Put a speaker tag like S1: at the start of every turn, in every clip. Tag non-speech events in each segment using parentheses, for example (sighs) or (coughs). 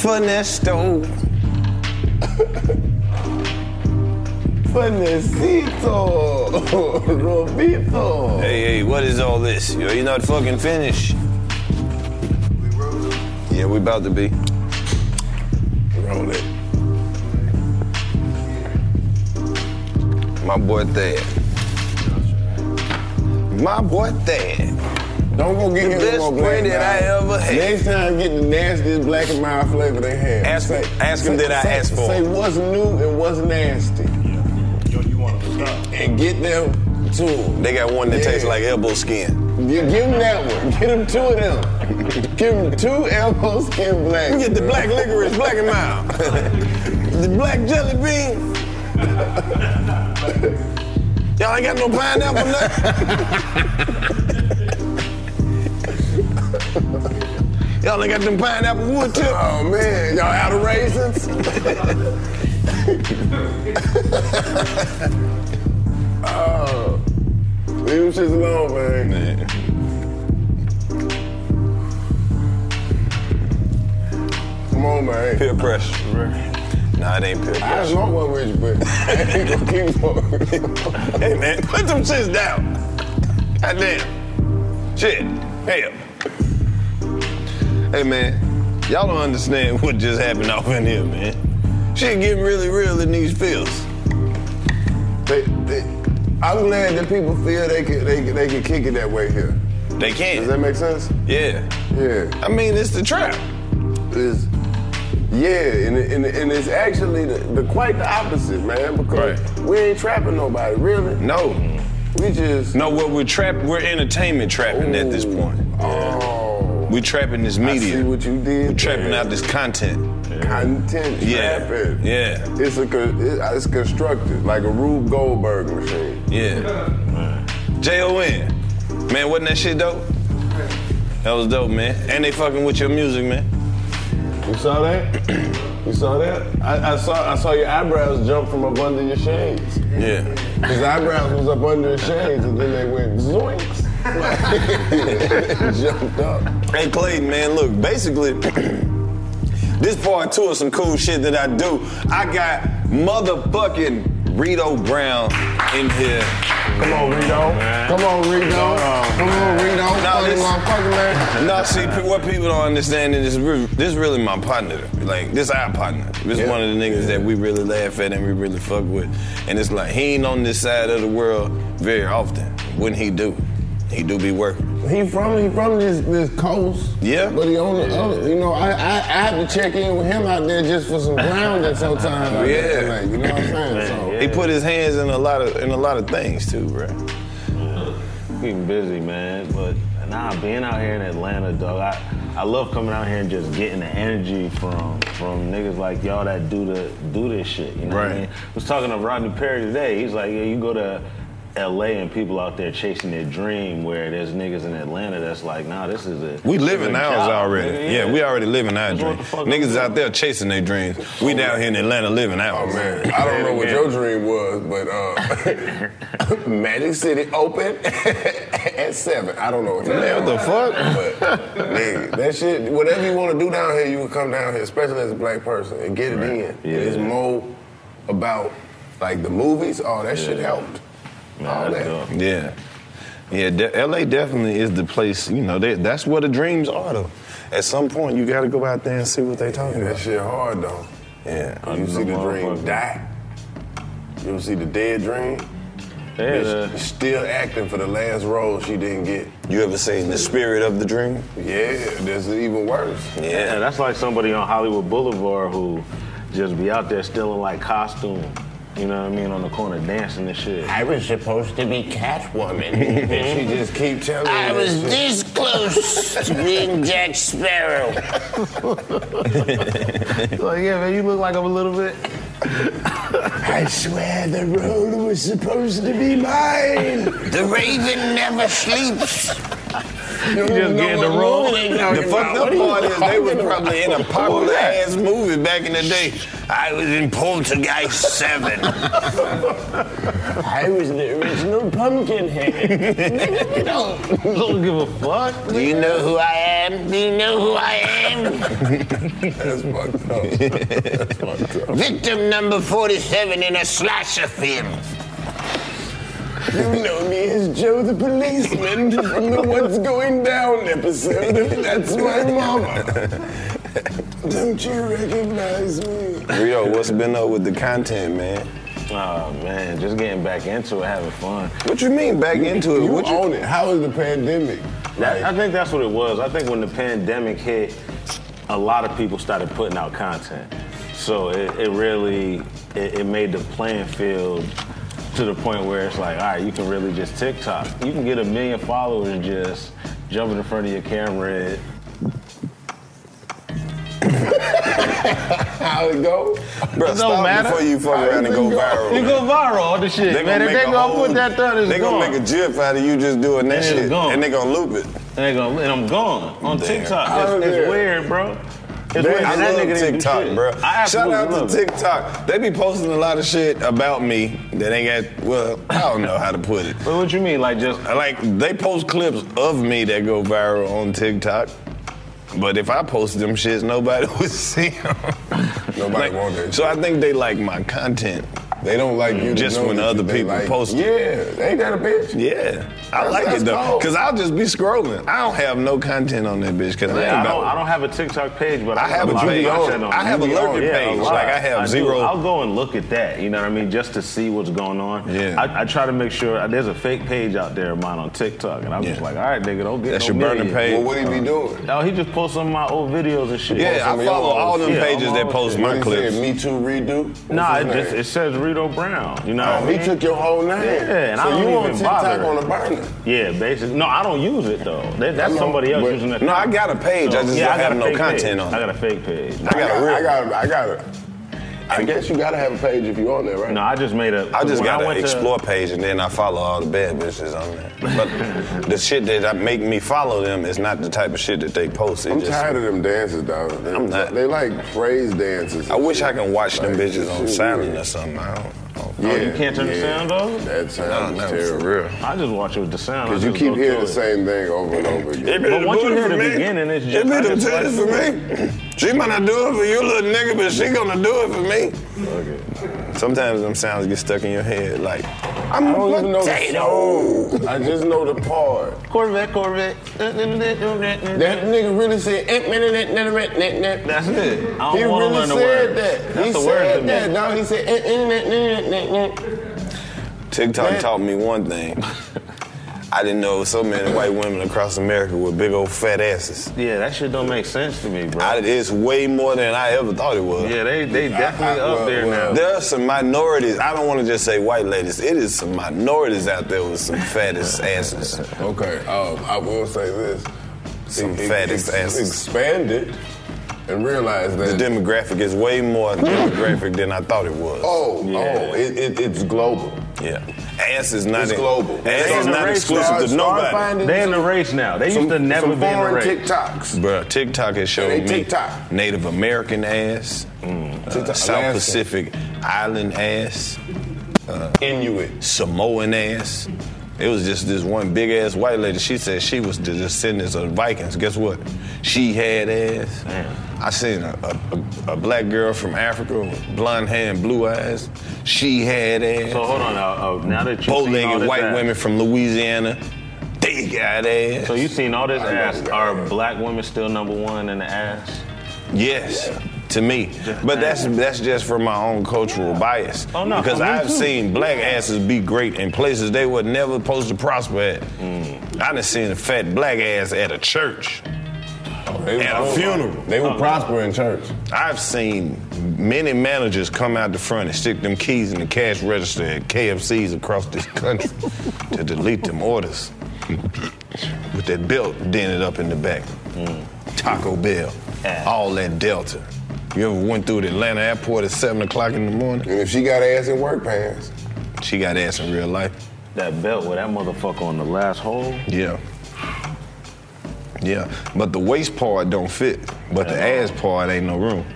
S1: Funesto. Funecito. (laughs) Robito.
S2: Hey, hey, what is all this? Yo, You're not fucking finished. Yeah, we about to be.
S1: Roll it.
S2: My boy Thad. My boy Thad.
S1: Don't go get
S2: The
S1: him
S2: best
S1: no more black
S2: friend that I
S1: mouth.
S2: ever had.
S1: Next time, get the nastiest black and mild flavor they have.
S2: Ask- ask him that I
S1: say-
S2: asked for.
S1: Say what's new and what's nasty. And get them two.
S2: They got one that
S1: Yeah.
S2: tastes like elbow skin.
S1: You give them that one. Get them two
S2: (laughs)
S1: of them. give them two elbow skin black.
S2: Get the black licorice, black and
S1: (laughs)
S2: mild. the black jelly bean. (laughs) Y'all ain't got no pineapple nothing. (laughs) Y'all ain't got them pineapple wood tip.
S1: Oh man, y'all out of raisins?
S2: (laughs)
S1: oh, leave them shits alone, man. Come on, man.
S2: Peer pressure. Nah, it ain't peer
S1: I
S2: pressure.
S1: just want one with you, but (laughs) I ain't gonna keep one with you.
S2: Hey man, put them shits down. Goddamn. Shit. Hell. Hey man, y'all don't understand what just happened off in here, man. Shit getting really real in these fields.
S1: They- they- I'm glad that people feel they can, they, can, they can kick it that way here.
S2: They
S1: Does that
S2: can.
S1: make sense?
S2: Yeah.
S1: Yeah.
S2: I mean, it's the trap.
S1: is yeah, and, and, and it's actually the, the quite the opposite, man. Because
S2: Right.
S1: we ain't trapping nobody, really.
S2: No.
S1: We just
S2: No, what we're trap we're entertainment trapping at this point.
S1: Oh,
S2: We trapping this
S1: I see
S2: media.
S1: what you did.
S2: We're trapping
S1: there.
S2: out this content.
S1: content.
S2: Yeah.
S1: Trapping.
S2: Yeah.
S1: It's a con- it- uh, it's constructed like a Rube Goldberg machine.
S2: Yeah. J O N. Man, wasn't that shit dope? That was dope, man. And they fucking with your music, man.
S1: You saw
S2: (clears throat)
S1: that? you saw that? I, I saw I saw your eyebrows jump from up under your (laughs) shades.
S2: Yeah.
S1: His eyebrows was up under his shades, and then they went zoinks. Jumped up.
S2: Hey Clayton, man, look, basically, (clears throat) this part two is some cool shit that I do. I got motherfucking Rito Brown in here.
S1: Come on, Rito. Come on, Rito. Come on, Rito. Fuck you,
S2: listen.
S1: motherfucker, man.
S2: (laughs) No, see, pe- what people don't understand is this, re- this really my partner. Like, this our partner. This
S1: Yeah.
S2: one of the niggas that we really laugh at and we really fuck with. And it's like, he ain't on this side of the world very often. When he do, he do be working.
S1: He from he from this this coast.
S2: Yeah.
S1: But he on the other. You know, I, I I have to check in with him out there just for some grounding sometimes. (laughs) out there,
S2: Yeah.
S1: Like, you know what I'm saying? So.
S2: He put his hands in a lot of in a lot of things too, bro.
S3: Getting busy, man. But nah, being out here in Atlanta, dog, I, I love coming out here and just getting the energy from from niggas like y'all that do the do this shit. You know what I
S2: Right.
S3: mean? I was talking to Rodney Perry today. He's like, yeah, you go to LA and people out there chasing their dream where there's niggas in Atlanta that's like, nah, this is it.
S2: We living ours already. Yeah, we
S3: are.
S2: already living our
S3: That's what
S2: dream.
S3: the fuck
S2: Niggas
S3: I'm
S2: is out there chasing their dreams. We down here in Atlanta living
S1: Oh
S2: ours.
S1: man, I don't know what your dream was, but uh, Magic City open (laughs) at seven. I don't know what,
S2: Man, what the fuck?
S1: But nigga, that shit, whatever you want to do down here, you can come down here, especially as a black person, and get it in.
S3: Yeah.
S1: It's more about like the movies. Oh, that shit helped.
S3: Nah,
S1: all
S3: that's
S1: that.
S3: dope.
S2: Yeah. Yeah, de- LA definitely is the place, you know, they, that's where the dreams are though. At some point you gotta go out there and see what they talking
S1: That
S2: about.
S1: shit hard though.
S2: Yeah.
S1: You see the dream
S3: motherfucker.
S1: die. You ever see the dead dream?
S3: Yeah.
S1: Bitch, Still acting for the last role she didn't get.
S2: You ever seen the spirit of the dream?
S1: Yeah, that's even worse.
S3: Yeah, that's like somebody on Hollywood Boulevard who just be out there still in like costume. You know what I mean? On the corner dancing and shit.
S1: I was supposed to be
S3: (laughs)
S1: Catwoman, and she just keep telling me. I was this close to being Jack
S3: (laughs)
S1: Sparrow.
S3: Like, Oh, yeah, man, you look like I'm a little bit.
S1: I swear the road was supposed to be mine. the raven never sleeps. You
S3: just getting the role.
S2: The fucked up part is they was probably
S4: (laughs)
S2: in a popular ass movie back in the day. I was in Poltergeist
S3: (laughs)
S2: 7.
S1: I was the original pumpkin head.
S3: (laughs) don't give a fuck.
S1: Do you know who I am? Do you know who I am? That's fucked
S3: (laughs)
S1: up. That's fucked up.
S5: Victim number 47 in a slasher film.
S1: You know me as Joe the policeman from the What's Going Down episode of That's My Mama. Don't you recognize me?
S2: Rio, what's been up with the content, man?
S3: Oh man, just getting back into it, having fun.
S2: What you mean back into it?
S1: You
S2: What you,
S1: own it. How is the pandemic? (laughs)
S3: That, I
S1: Like,
S3: think that's what it was. I think when the pandemic hit, a lot of people started putting out content. So it, it really it, it made the playing field to the point where it's like, all right, you can really just TikTok. You can get a million followers just jumping in front of your camera.
S1: how it go?
S2: bro, stop
S3: matter.
S2: before you fuck around and go viral.
S3: You go viral, all the shit, man. If they
S2: a
S3: gonna
S2: whole-
S3: put that done, it's
S2: They gonna
S3: gone.
S2: make a gif out of you just doing that
S3: It's
S2: shit,
S3: gone.
S2: and they gonna loop it.
S3: and, they gonna, and I'm gone on
S2: Damn.
S3: TikTok. It's, it's
S1: Yeah.
S3: weird, bro. It's
S2: Man,
S3: weird.
S2: I
S3: And that
S2: love
S3: nigga didn't do
S2: TikTok,
S3: shit.
S2: bro.
S3: I
S2: Shout
S3: absolutely
S2: out
S3: love
S2: to
S3: it.
S2: TikTok. They be posting a lot of shit about me that ain't got. Well, I don't know how to put it.
S3: But what you mean, like just
S2: Like they post clips of me that go viral on TikTok. But if I posted them shits, nobody (laughs) would see them.
S1: Nobody
S2: Like,
S1: want that.
S2: So I think they like my content.
S1: they don't like you. to
S2: Just
S1: know
S2: when
S1: that
S2: other
S1: they
S2: people
S1: like-
S2: post it.
S1: Yeah, ain't that a bitch?
S2: Yeah, I
S1: That's-
S2: like
S1: that's
S2: it though,
S1: cold.
S2: cause I'll just be scrolling. I don't have no content on that bitch, cause I ain't
S3: Yeah, I,
S2: about.
S3: don't, I don't have a TikTok page, but I,
S2: I have
S3: a
S2: a
S3: lot
S2: page.
S3: of content on
S2: I
S3: it.
S2: have a
S3: Yeah,
S2: lurking
S3: yeah,
S2: page.
S3: a lot.
S2: Like, I have
S3: do.
S2: zero-
S3: I'll go and look at that. You know what I mean, just to see what's going on.
S2: Yeah.
S3: I, I try to make sure uh, there's a fake page out there of mine on TikTok, and I'm just
S2: Yeah.
S3: like, all right, nigga, don't get
S2: That's
S3: no
S2: your burning
S3: million.
S2: page.
S1: Well, what he be doing?
S3: Oh, he just posts some of my old videos and shit. Posts
S2: yeah,
S3: some
S2: I
S3: of
S2: follow
S3: y'all.
S2: all them
S3: Yeah, I'm
S2: pages that
S3: all-
S2: post my
S1: He said,
S2: clips.
S1: Me Too redo. What's
S3: Nah,
S1: his
S3: it just
S1: name?
S3: it says Rito Brown. You know,
S1: Oh,
S3: what I
S1: he
S3: mean?
S1: took your whole name.
S3: Yeah, and
S1: so
S3: I don't
S1: you on
S3: even
S1: TikTok
S3: bother.
S1: on a burner.
S3: Yeah, basically. No, I don't use it though. That, that's
S1: I know,
S3: somebody else
S1: but-
S3: using that.
S2: No, I got a page. I just
S3: yeah,
S2: don't
S3: I got
S2: have
S3: a
S2: no
S3: fake
S2: content
S3: page.
S2: on
S3: I
S2: it.
S3: got a fake page.
S1: I got,
S2: got
S1: a
S2: a real-
S1: I got, I got. a- I guess you gotta have a page if you on there, right?
S3: No, I just made a.
S2: I just
S3: when
S2: got
S3: went
S2: an
S3: to-
S2: explore page, and then I follow all the bad bitches on there. But the shit that I- make me follow them is not the type of shit that they post. It
S1: I'm
S2: just,
S1: tired of them dances, dog. They,
S2: I'm not.
S1: They like praise dances.
S2: I wish I can watch them
S1: Like,
S2: bitches on
S1: shit,
S2: silent
S1: yeah.
S2: or something. I don't. I don't
S1: Yeah,
S3: Oh, you can't turn the
S1: yeah.
S3: sound off?
S1: That
S2: No,
S1: sound
S2: no,
S1: is
S2: for
S1: terrible.
S2: real.
S3: I just watch it with the sound. I
S1: Because you
S3: just
S1: keep
S3: go
S1: hearing
S3: to
S1: the
S3: it.
S1: same thing over and over again.
S3: But once you hear the beginning, it's just-
S2: It be
S3: I
S2: them
S3: just
S2: titties for me. She might not do it for you, little nigga, but she gonna do it for me. Sometimes them sounds get stuck in your head, like I'm
S1: I
S2: a
S1: don't even know the
S2: potato.
S1: song. I just know the part.
S3: Corvette, Corvette.
S1: That
S3: That's
S1: nigga really said. "Eh, meh, meh, meh, meh, meh, meh, meh."
S3: it. I don't
S1: He
S3: want to
S1: really
S3: learn the
S1: said
S3: words.
S1: that.
S3: That's
S1: He
S3: the word to
S1: said
S3: me.
S1: that. No, he said. "Eh, eh, meh, meh, meh, meh, meh."
S2: TikTok
S1: Man.
S2: taught me one thing. I didn't know so many white women across America with big old fat asses.
S3: Yeah, that shit don't make sense to me, bro.
S2: I, it's way more than I ever thought it was.
S3: yeah, they they definitely
S1: I-
S3: up
S1: well,
S3: there
S1: well.
S3: now.
S2: There are some minorities. I don't want to just say white ladies. It is some minorities out there with some fattest asses.
S1: (laughs) Okay, um, I will say this.
S2: Some
S1: It- it-
S2: fattest
S1: it's
S2: asses.
S1: Expanded and realized
S2: The
S1: that.
S2: demographic is way more demographic than I thought it was.
S1: oh,
S3: Yeah.
S1: oh, it, it, it's global.
S2: Yeah. Ass is not
S1: It's
S2: in-
S1: global.
S2: Ass
S1: They
S2: is
S1: in the
S2: not
S1: race,
S2: exclusive
S1: stars,
S2: to
S1: stars
S2: nobody.
S1: find it.
S3: They in the race now. They used
S1: some,
S3: to never
S1: some
S3: be in the
S1: foreign
S3: race.
S1: TikToks.
S2: Bruh, TikTok has showed
S1: they
S2: me
S1: TikTok.
S2: Native American ass, uh,
S1: TikTok,
S2: South
S1: Alaskan.
S2: Pacific Island ass,
S1: Inuit.
S2: Samoan ass. It was just this one big ass white lady. She said she was the descendants of Vikings. Guess what? She had ass. I seen a, a- a- a black girl from Africa with blonde hair and blue eyes. She had ass.
S3: So hold on. Uh, uh, now that you
S2: Bow
S3: seen all
S2: legged
S3: this
S2: white
S3: ass,
S2: women from Louisiana. They got ass.
S3: So you seen all this
S1: I know
S3: ass?
S1: that.
S3: Are black women still number one in the ass?
S2: Yes, to me. But that's that's just for my own cultural bias.
S3: Oh, no,
S2: because
S3: for me
S2: I've
S3: too.
S2: seen black asses be great in places they were never supposed to prosper at.
S3: Mm.
S2: I done seen a fat black ass at a church.
S1: They
S2: At a
S1: were-
S2: funeral.
S1: They were prospering in church.
S2: I've seen many managers come out the front and stick them keys in the cash register at KFCs across this country to delete them orders with that belt dented up in the back.
S3: Mm.
S2: Taco Bell,
S3: Ass.
S2: all that Delta. You ever went through the Atlanta airport at 7 o'clock in the morning?
S1: And if she got ass in work pants,
S2: She got ass in real life.
S3: That belt with that motherfucker on the last hole.
S2: Yeah. Yeah, but the waist part don't fit, but the ass part ain't no room.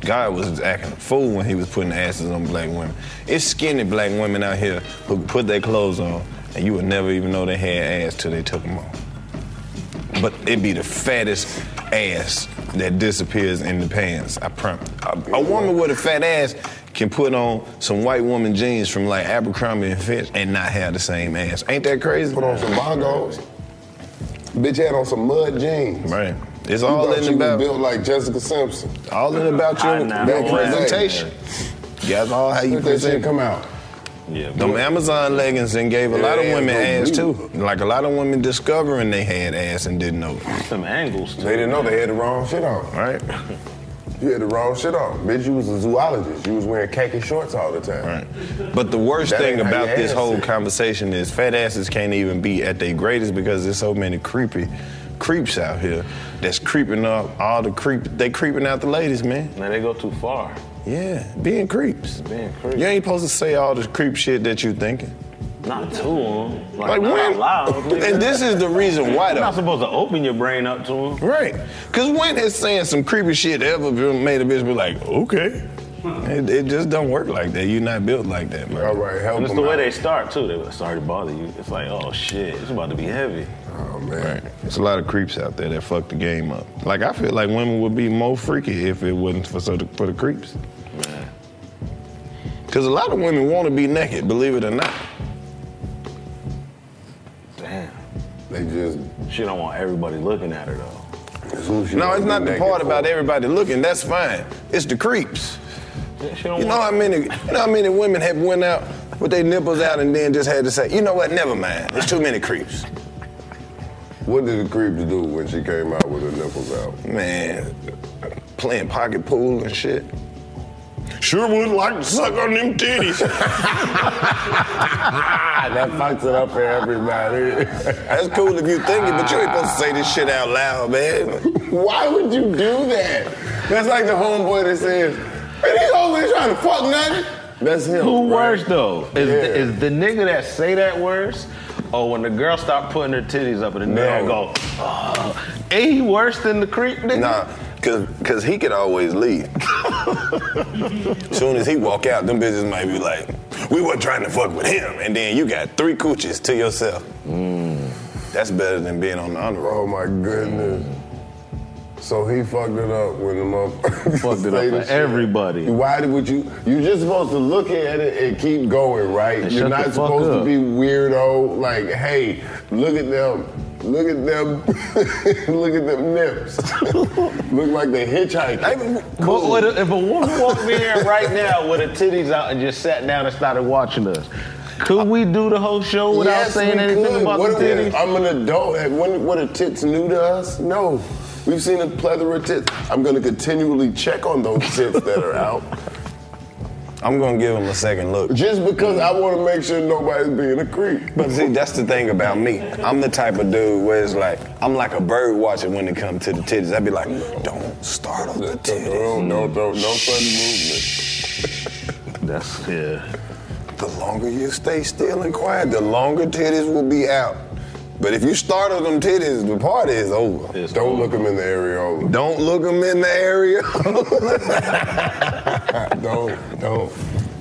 S2: God was acting a fool when he was putting asses on black women. It's skinny black women out here who could put their clothes on, and you would never even know they had ass till they took them off. But it be the fattest ass that disappears in the pants. I promise. A, a woman with a fat ass can put on some white woman jeans from like Abercrombie and Fitch and not have the same ass. Ain't that crazy?
S1: put on some bongos. Bitch had on some mud jeans.
S2: Right. It's
S1: You
S2: all
S1: thought
S2: in
S1: you was built
S2: about
S1: like Jessica Simpson.
S2: all in about
S3: I
S2: your,
S3: know.
S2: your
S3: Yeah.
S2: presentation. You guys all how you
S1: Let that shit
S2: present.
S1: come out.
S3: Yeah.
S2: Them Amazon leggings and gave a lot of
S1: Yeah,
S2: women
S1: they
S2: ass
S1: had no
S2: too. Like a lot of women discovering they had ass and didn't know. it,
S3: Some angles. Too.
S1: They didn't know they had the wrong shit on.
S2: Right?
S1: (laughs) You had the wrong shit on. Bitch, you was a zoologist. You was wearing khaki shorts all the time.
S2: Right. But the worst
S1: That
S2: thing
S1: ain't how
S2: about
S1: your
S2: this
S1: ass
S2: whole
S1: is.
S2: conversation is fat asses can't even be at their greatest because there's so many creepy creeps out here that's creeping up all the creep they creeping out the ladies, man.
S3: Man, they go too far.
S2: Yeah, being creeps.
S3: Being creeps.
S2: You ain't supposed to say all the creep shit that you thinking.
S3: Not to them. Like,
S2: Like
S3: not
S2: when? (laughs)
S3: loud. nigga.
S2: and this is the reason why
S3: You're not
S2: though.
S3: supposed to open your brain up to them.
S2: Right. Cause when has saying some creepy shit ever been made a bitch be like, okay. It, it just don't work like that. You're not built like that, bro.
S1: All right, help
S3: And it's
S1: them
S3: the way
S1: out.
S3: they start too. They like, sorry to bother you. It's like, oh shit, it's about to be heavy.
S1: Oh, man.
S2: Right. There's a lot of creeps out there that fuck the game up. Like I feel like women would be more freaky if it wasn't for so the, for the creeps. Cause a lot of women want to be naked, believe it or not.
S3: Damn.
S1: They just.
S3: She don't want everybody looking at her though.
S1: it's who she
S2: No,
S1: gonna
S2: it's
S1: be
S2: not the
S1: naked
S2: part
S1: for.
S2: about everybody looking. That's fine. It's the creeps.
S3: Yeah, She don't
S2: You know how
S3: want.
S2: many, you know how many women have went out with their nipples out and then just had to say, you know what? Never mind. There's too many creeps.
S1: What did the creep do when she came out with her nipples out?
S2: Man, playing pocket pool and shit. Sure would like to suck on them titties.
S1: Ah, that fucks it up for
S2: (laughs)
S1: everybody.
S2: That's cool if you think it, but you ain't supposed to say this shit out loud, man.
S1: Why would you do that? That's like the homeboy that says, man, these hoes ain't trying to fuck nothing. That's him.
S3: Who
S1: right?
S3: worse though? Is, the,
S1: Yeah.
S3: is the nigga that say that worse? Or when the girl stop putting her titties up and the nigga
S1: No.
S3: go, oh. ain't he worse than the creep nigga?
S2: Nah, cause, cause he could always leave. (laughs) Soon as he walk out, them bitches might be like, we were trying to fuck with him, and then you got three cooches to yourself. That's better than being on the under.
S1: Mm. Oh my goodness. So he fucked it up when the (laughs) motherfucker
S3: Fucked it up
S1: say
S3: for
S1: the shit.
S3: everybody.
S1: Why did- would you? You're just supposed to look at it and keep going, right?
S3: And
S1: you're
S3: shut
S1: not
S3: the fuck
S1: supposed
S3: up.
S1: to be weirdo. Like, hey, look at them. Look at them. (laughs) look at them nips. (laughs) look like they hitchhiking.
S3: But would a- if a woman walked me in right now with her titties out and just sat down and started watching us, could we do the whole show without
S1: Yes,
S3: saying
S1: we
S3: anything
S1: could.
S3: about
S1: what
S3: the
S1: are we-
S3: titties?
S1: I'm an adult. And When, what are tits new to us? No. We've seen a plethora of tits. I'm going to continually check on those tits that are out. (laughs)
S2: I'm gonna give him a second look.
S1: Just because I want to make sure nobody's being a creep.
S2: But see, that's the thing about me. I'm the type of dude where it's like, I'm like a bird watcher when it comes to the titties. I'd be like, don't startle the titties.
S1: No, no, no, no sudden movement.
S3: That's yeah.
S2: The
S1: longer you stay still and quiet, the longer titties will be out. But if you startle them titties, the party is over.
S3: It's
S1: Don't
S3: over.
S1: look them in the areola. Don't look them in the (laughs) areola. don't, don't,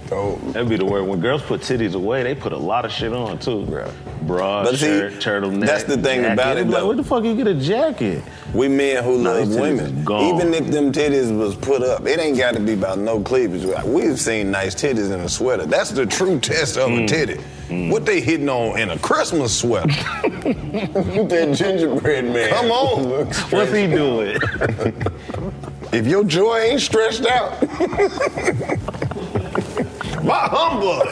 S1: don't.
S3: That'd be the word. When girls put titties away, they put a lot of shit on too.
S2: Right.
S3: Bra,
S2: But see,
S3: shirt, turtleneck.
S2: that's the thing
S3: jacket.
S2: about it,
S3: It's Like,
S2: though.
S3: where the fuck you get a jacket?
S2: We men who
S3: No,
S2: love
S3: these titties
S2: women,
S3: is gone.
S2: even if them titties was put up, it ain't got to be about no cleavage. We've seen nice titties in a sweater. That's the true test of
S3: Mm.
S2: a titty. What they hitting on in a Christmas
S3: (laughs)
S2: sweater?
S1: that gingerbread man.
S2: Come on.
S3: What's he doing?
S1: (laughs) If your joy ain't stretched out,
S3: (laughs)
S1: my humble. I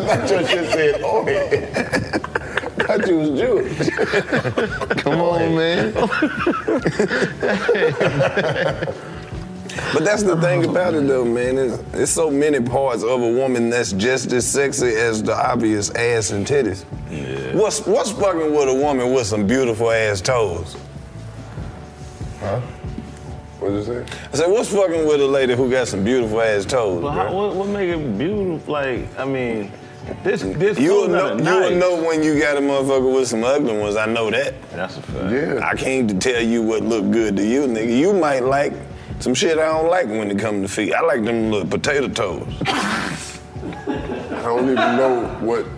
S1: thought your shit said oh I thought you was Jewish.
S2: (laughs) Come on, man. But that's the thing about it, though, man. It's, it's so many parts of a woman that's just as sexy as the obvious ass and titties. What's what's fucking with a woman with some beautiful ass toes?
S1: What you say?
S2: I said, what's fucking with a lady who got some beautiful ass toes?
S3: But
S2: bruh?
S3: how, what, what make it beautiful? Like, I mean, this this
S2: You'll
S3: clothes
S2: know,
S3: not a
S2: you'll
S3: knife.
S2: know when you got a motherfucker with some ugly ones. I know that.
S3: That's a fact.
S1: Yeah.
S2: I came to tell you what looked good to you, nigga. You might like some shit I don't like when it comes to feet. I like them little potato toes. (laughs)
S1: I don't even know what.
S3: (laughs)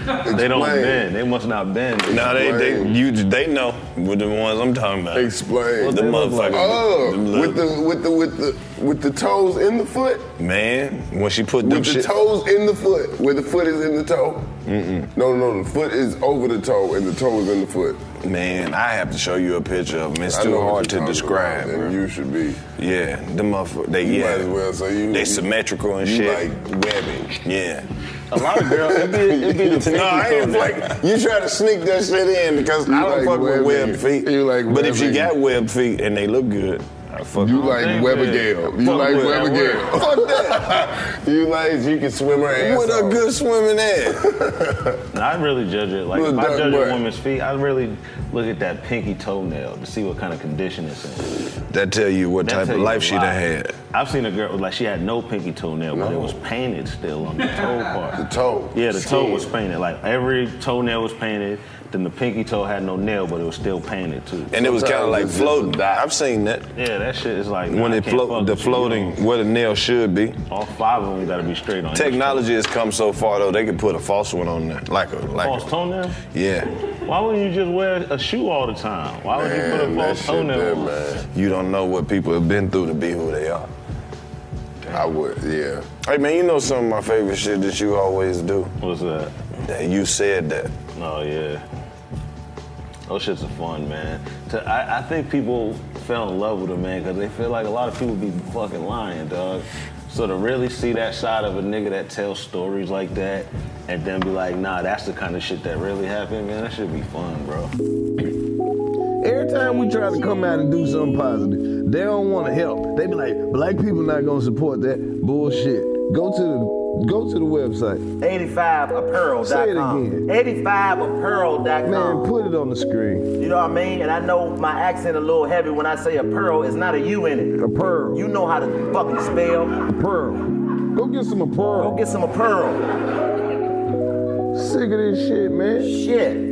S3: They don't
S1: Explain.
S3: bend. They must not bend.
S2: Now they they
S1: Right.
S2: you they know with the ones I'm talking about.
S1: Explain.
S2: The motherfucker.
S1: Oh,
S2: them little-
S1: with the with the with the with the toes in the foot.
S2: man, when she put them
S1: With the
S2: shit.
S1: toes in the foot, where the foot is in the toe. Mm-mm. No, no, the foot is over the toe, and the toe is in the foot.
S2: Man, I have to show you a picture of them. It's
S1: I know
S2: too
S1: what
S2: hard
S1: you're
S2: to
S1: talking
S2: describe.
S1: about,
S2: bruh.
S1: And you should be.
S2: yeah, the motherfucker. They
S1: You
S2: yeah.
S1: might as well. So you.
S2: They
S1: you-
S2: symmetrical and
S1: you
S2: shit.
S1: like webbing. (laughs)
S2: yeah.
S3: A lot of girls. It be, it be the
S2: No, I ain't like you try to sneak that shit in because I
S1: You
S2: don't
S1: like
S2: fuck with
S1: webbing.
S2: webbed feet.
S1: You like
S2: but if she
S1: webbing.
S2: got webbed feet and they look good, I fuck.
S1: You
S2: with
S1: like
S2: them.
S3: think
S1: Weber
S3: that-
S1: Gale. You
S3: fuck
S1: like
S3: with that
S1: Weber Gale.
S3: word.
S2: (laughs)
S1: Fuck that. you like she can swim her ass
S2: with a
S1: off.
S2: good swimming ass.
S3: I really judge it. Like,
S1: Little
S3: if I
S1: duck
S3: judge
S1: butt.
S3: a woman's feet, I really look at that pinky toenail to see what kind of condition it's in.
S2: that tell you what
S3: That
S2: type
S3: tell
S2: of
S3: you a
S2: life she done
S3: lot.
S2: had.
S3: I've seen a girl, like, she had no pinky toenail, but
S1: No.
S3: it was painted still
S2: (laughs)
S3: on the toe part.
S1: The toe.
S3: Yeah, the toe
S1: Skin.
S3: was painted. Like, every toenail was painted. Then the pinky toe had no nail, but it was still painted, too.
S2: And it was kind of
S1: Sometimes
S2: like
S1: it's just a
S2: floating.
S1: dot.
S2: I've seen that.
S3: yeah, that shit is like
S2: When
S3: nah, I
S2: it
S3: can't
S2: float,
S3: fuck
S2: the
S3: with you.
S2: floating where the nail should be.
S3: All five of them gotta be straight on. each
S2: Technology has come so far though; they could put a false one on there, like a
S3: toe.
S2: like.
S3: False
S2: a,
S3: toenail?
S2: Yeah,
S3: Why wouldn't you just wear a shoe all the time? Why would you put a
S1: Man, that
S3: false
S1: shit there,
S3: toenail on?
S1: man.
S2: you don't know what people have been through to be who they are.
S1: I would, yeah.
S2: Hey man, you know some of my favorite shit that you always do.
S3: What's that?
S2: That you said that.
S3: Oh yeah. Those shits are fun, man. To- I, I think people fell in love with him, man, because they feel like a lot of people be fucking lying, dog. So to really see that side of a nigga that tells stories like that, and then be like, nah, that's the kind of shit that really happened, man. That should be fun, bro.
S6: Every time we try to come out and do something positive, they don't want to help. They be like, black people not gonna support that bullshit. Go to the go to the website.
S4: 85apparel.com.
S6: Say it again.
S4: 85apparel.com.
S6: Man, put it on the screen.
S4: You know what I mean? And I know my accent a little heavy when I say apparel. It's not a U in it.
S6: A pearl.
S4: You know how to fucking spell.
S6: pearl. Go get some a
S4: Go
S6: pearl.
S4: get some apparel.
S6: Sick of this shit, man.
S4: Shit.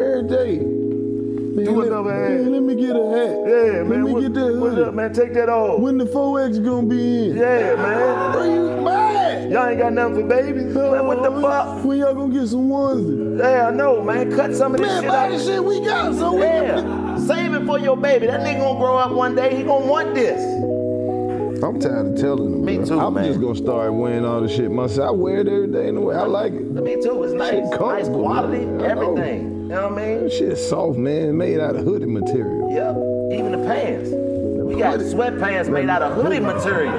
S6: Every day. Man,
S4: Do
S6: let,
S4: another ad.
S6: man, let me get a hat.
S4: Yeah, man.
S6: Let me
S4: what,
S6: get that
S4: what's
S6: hoodie.
S4: up, man? Take that off.
S6: When the 4X gonna be in?
S4: Yeah, man.
S6: Bro, you mad?
S4: Y'all ain't got nothing for babies. Man, what the fuck?
S6: When y'all gonna get some onesies?
S4: Yeah, I know, man. Cut some of this
S6: Man,
S4: shit
S6: buy
S4: out.
S6: the shit we got so we can
S4: Yeah. Save it for your baby. That nigga gonna grow up one day. He gonna want this.
S6: I'm tired of telling them.
S4: Me
S6: bro.
S4: too,
S6: I'm
S4: man.
S6: just gonna start wearing all the shit myself. I wear it every day anyway. I like it.
S4: Me too. It's nice.
S6: comfortable,
S4: Nice quality.
S6: man. I know.
S4: Everything. You know what I mean?
S6: That shit's soft, man. Made out of hoodie material.
S4: Yeah. Even the pants. We got
S6: Hoodie.
S4: sweatpants made out of hoodie material.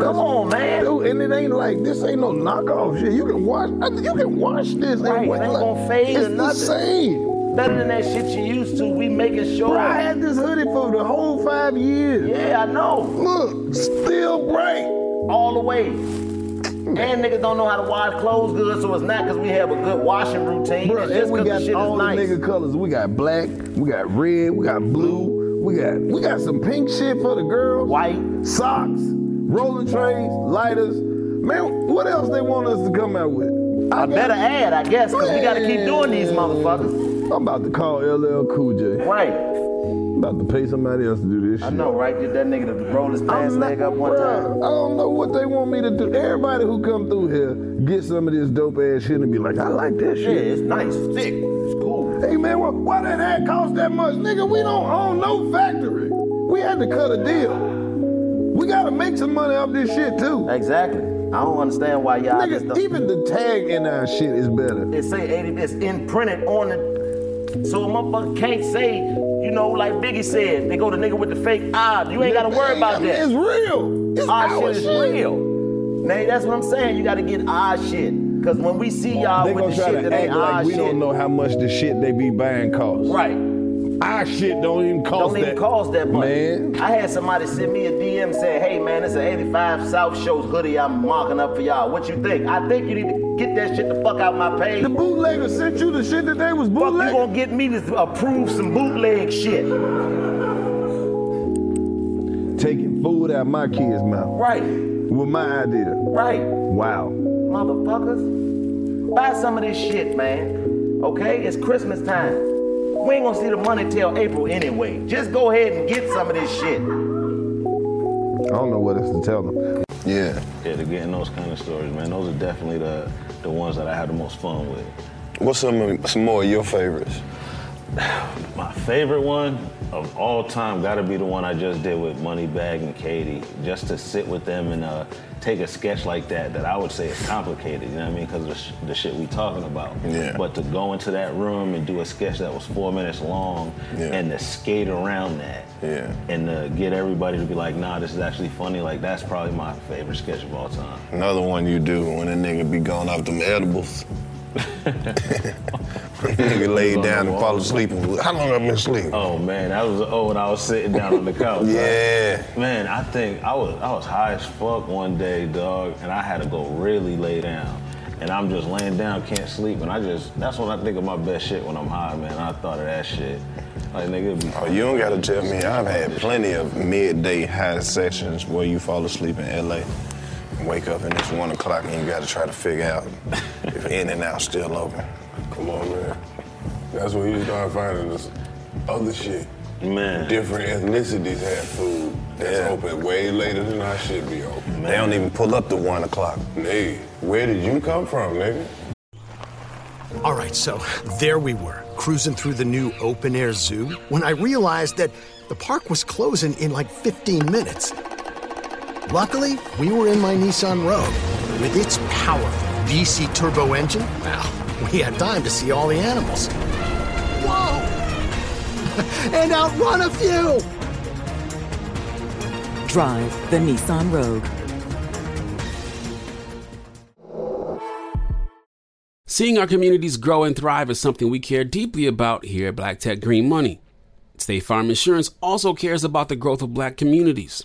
S4: Come on, man.
S6: Dude, and it ain't like this. Ain't no knockoff shit. You can wash. I think You can wash this.
S4: Right,
S6: anyway.
S4: it ain't
S6: Like,
S4: gonna fade
S6: It's
S4: or
S6: the
S4: nothing.
S6: same.
S4: Better than that shit you used to. We making sure.
S6: Bro, I had this hoodie for the whole five years.
S4: Yeah, I know.
S6: Look, still bright.
S4: All the way. And niggas don't know how to wash clothes good, so it's not because we have a good washing routine.
S6: Bro,
S4: it's just
S6: and we
S4: 'cause
S6: got
S4: the shit
S6: all
S4: is nice.
S6: the nigga colors. We got black. We got red. We got blue. We got we got some pink shit for the girls.
S4: White.
S6: socks, rolling trays, lighters, Man, what else they want us to come out with?
S4: A better ad, I guess, because we got to keep doing these motherfuckers.
S6: I'm about to call LL Cool J.
S4: Right.
S6: About to pay somebody else to do this shit.
S4: I know, right? Get that nigga to roll his pants leg up one time.
S6: I don't know what they want me to do. Everybody who come through here get some of this dope ass shit and be like, I like that shit.
S4: Yeah, it's nice, thick, it's cool.
S6: Hey man, why, why that ad cost that much? Nigga, we don't own no factory. We had to cut a deal. We gotta make some money off this shit too.
S4: Exactly. I don't understand why y'all. just
S6: Nigga,
S4: don't-
S6: even the tag in our shit is better.
S4: It say 80, it's imprinted on it. So a motherfucker can't say, you know, like Biggie said, they go the nigga with the fake eye. You ain't gotta worry about that.
S6: It's real. It's
S4: our,
S6: our
S4: shit,
S6: shit.
S4: is real. Man, that's what I'm saying. You gotta get our shit. Cause when we see y'all
S6: They
S4: with
S6: gonna
S4: the
S6: try
S4: shit that
S6: to act
S4: ain't our
S6: like we
S4: shit.
S6: don't know how much the shit they be buying costs.
S4: Right.
S6: Our shit don't even cost
S4: Don't even
S6: that.
S4: cost that much.
S6: Man.
S4: I had somebody send me a DM saying, hey man, it's an 85 South Shows hoodie I'm marking up for y'all. What you think? I think you need to get that shit the fuck out my page.
S6: The bootlegger sent you the shit that they was
S4: Fuck, you
S6: bootlegging.
S4: gonna get me to approve some bootleg shit.
S6: Taking food out my kid's mouth
S4: Right,
S6: with my idea.
S4: right.
S6: Wow.
S4: Motherfuckers, buy some of this shit, man. Okay? It's Christmas time. We ain't gonna see the money till April anyway. Just go ahead and get some of this shit.
S6: I don't know what else to tell them.
S2: Yeah.
S3: Yeah, to getting those kind of stories, man. Those are definitely the the ones that I have the most fun with.
S2: What's some of, some more of your favorites?
S3: (sighs) My favorite one of all time got to be the one I just did with Moneybag and Katie. Just to sit with them and uh, take a sketch like that, that I would say is complicated. You know what I mean? Because the, sh- the shit we talking about.
S2: Yeah.
S3: But to go into that room and do a sketch that was four minutes long,
S2: Yeah.
S3: and to skate around that,
S2: Yeah.
S3: and to get everybody to be like, "Nah, this is actually funny." Like that's probably my favorite sketch of all time.
S2: Another one you do when a nigga be going off them edibles. (laughs) nigga laid down and fall asleep. How long I been
S1: (laughs)
S2: asleep?
S3: Oh man, that was oh when I was sitting down on the couch.
S2: Yeah.
S3: Man, I think I was I was high as fuck one day, dog, and I had to go really lay down. And I'm just laying down, can't sleep, and I just that's when I think of my best shit when I'm high, man. I thought of that shit. Like nigga, it'd be
S2: Oh, you don't gotta tell me. I've had plenty of midday high sessions where you fall asleep in LA, wake up and it's one o'clock and you gotta try to figure out if in and out still open.
S1: Come on, man. That's where you start finding this other shit.
S3: man.
S1: Different ethnicities have food that's
S2: Yeah.
S1: open way later than I should be open.
S2: They don't even
S1: (laughs)
S2: pull up to one o'clock.
S1: Nigga, where did you come from, nigga?
S7: All right, so there we were, cruising through the new open air zoo, when I realized that the park was closing in like 15 minutes. Luckily, we were in my Nissan Rogue. With its powerful VC turbo engine, well, we had time to see all the animals. (laughs) Whoa! and outrun a few!
S8: Drive the Nissan Rogue.
S9: Seeing our communities grow and thrive is something we care deeply about here at Black Tech Green Money. State Farm Insurance also cares about the growth of black communities.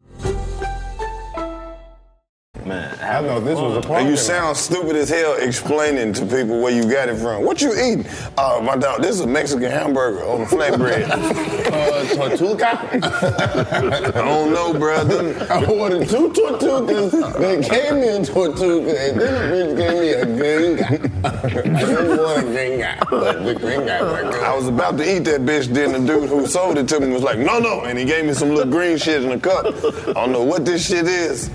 S3: Man,
S2: I know
S3: this was a
S2: And
S3: parking
S2: you
S3: lot.
S2: sound stupid as hell explaining to people where you got it from. What you eating? Uh, my dog, this is a Mexican hamburger on a flatbread. uh, tortuga? I don't know, bro.
S1: (laughs) I ordered two tortugas. They gave me a tortuga, and then the bitch gave me a (laughs) gringa. I didn't want a gringa, but the gringa were good.
S2: I was about to eat that bitch, then the dude who sold it to me was like, no, no. And he gave me some little green shit in a cup. I don't know what this shit is,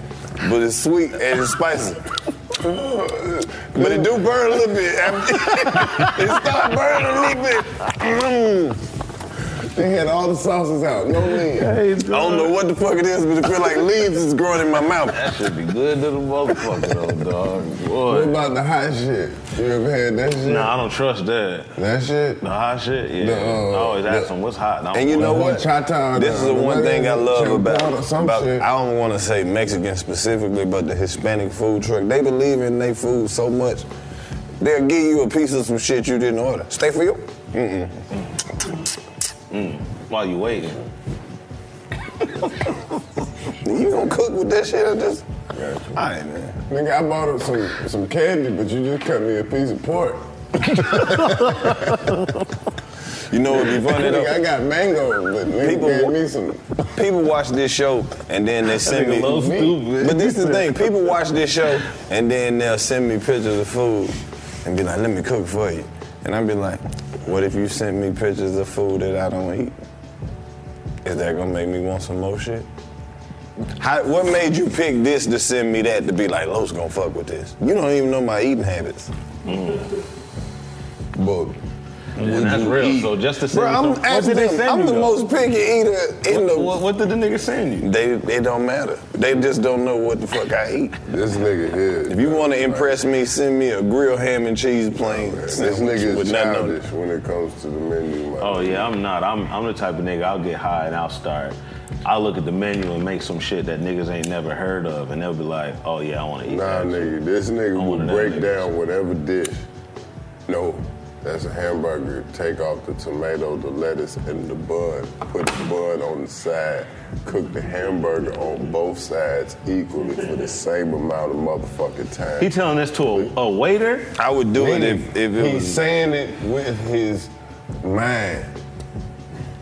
S2: but it's sweet and it's spicy. But it do burn a little bit. it start burning a little bit.
S1: They had all the sauces out, no leaves. I
S2: don't know what the fuck it is, but it feel like leaves is growing in my mouth.
S3: That should be good to the motherfucker,
S1: (laughs)
S3: though, dog. Boy.
S1: What about the hot shit? You ever had that shit?
S3: Nah, I don't trust that.
S1: That shit?
S3: The hot shit? Yeah.
S1: The, uh,
S3: I always ask them what's hot. I don't
S2: And you
S3: want
S2: know
S3: it.
S2: what? This is the one thing I love about, about I don't want to say Mexican specifically, but the Hispanic food truck. They believe in their food so much, they'll give you a piece of some shit you didn't order. Stay for you? Mm-mm.
S3: Mm, while you waiting.
S2: You gonna cook with that shit? I just.
S1: Alright, man. Nigga, I bought him some, some candy, but you just cut me a piece of pork.
S2: You know what'd be funny though?
S1: Nigga, (laughs) I got mango, but nigga
S2: People
S1: gave
S2: wa-
S1: me some.
S2: People watch this show and then they send me.
S1: Nigga low stupid.
S2: But this is the thing.
S1: (laughs)
S2: People watch this show and then they'll send me pictures of food and be like, "Let me cook for you." And I'll be like, "What if you sent me pictures of food that I don't eat? Is that gonna make me want some more shit?" How, what made you pick this to send me that to be like, Lo's gonna fuck with this? (laughs) You don't even know my eating habits. Mm. But
S3: And that's real. So just to send
S2: Bro,
S3: you
S2: I'm
S3: some-
S2: asking
S3: what did they
S2: them,
S3: send
S2: I'm
S3: you,
S2: the
S3: though?
S2: most picky eater in
S3: What-
S2: the.
S3: what- did the nigga send you?
S2: They it don't matter. They just don't know what the fuck I eat.
S1: This nigga is.
S2: If you want to impress me, send me a grilled ham and cheese plain.
S1: This
S2: sandwich
S1: nigga is
S2: with nothing on it.
S1: childish when it comes to the menu. my
S3: Oh yeah, I'm not. I'm I'm the type of nigga. I'll get high and I'll start. I'll look at the menu and make some shit that niggas ain't never heard of, and they'll be like, "Oh yeah, I want to eat
S1: Nah,
S3: that."
S1: nigga, this nigga
S3: I'm one
S1: will
S3: of them
S1: break
S3: niggas.
S1: down whatever dish. No, that's a hamburger. Take off the tomato, the lettuce, and the bun. Put the bun on the side. Cook the hamburger on both sides equally for the same amount of motherfucking time.
S3: He telling this to a, a waiter?
S2: I would
S1: He's saying it with his mind.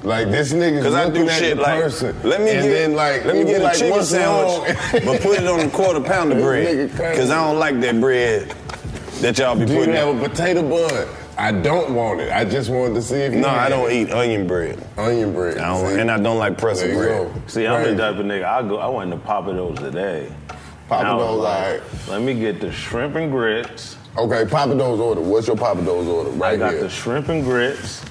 S1: Like this nigga
S2: Cause I
S1: looking
S2: do
S1: at
S2: shit
S1: the
S2: like
S1: person.
S2: let me
S1: and
S2: get
S1: then like
S2: let me
S1: he
S2: get a
S1: like,
S2: chicken
S1: "What's wrong?"
S2: sandwich, (laughs) but put it on a quarter pound (laughs) of
S1: This
S2: bread
S1: nigga crazy.
S2: because I don't like that bread that y'all be
S1: (laughs) Do you
S2: putting.
S1: have
S2: in.
S1: a potato bun? I don't want it. I just wanted to see if. you
S2: No, I
S1: had
S2: don't
S1: it.
S2: eat onion bread.
S1: Onion bread.
S2: I don't, and I don't like pretzel
S1: There you
S2: bread.
S1: go.
S3: See, I'm the type of nigga. I go. I went to Papados today. And I was
S1: Papados, alright.
S3: Let me get the shrimp and grits.
S1: Okay, Papados order. What's your Papados order? Right
S3: I got
S1: here.
S3: the shrimp and grits,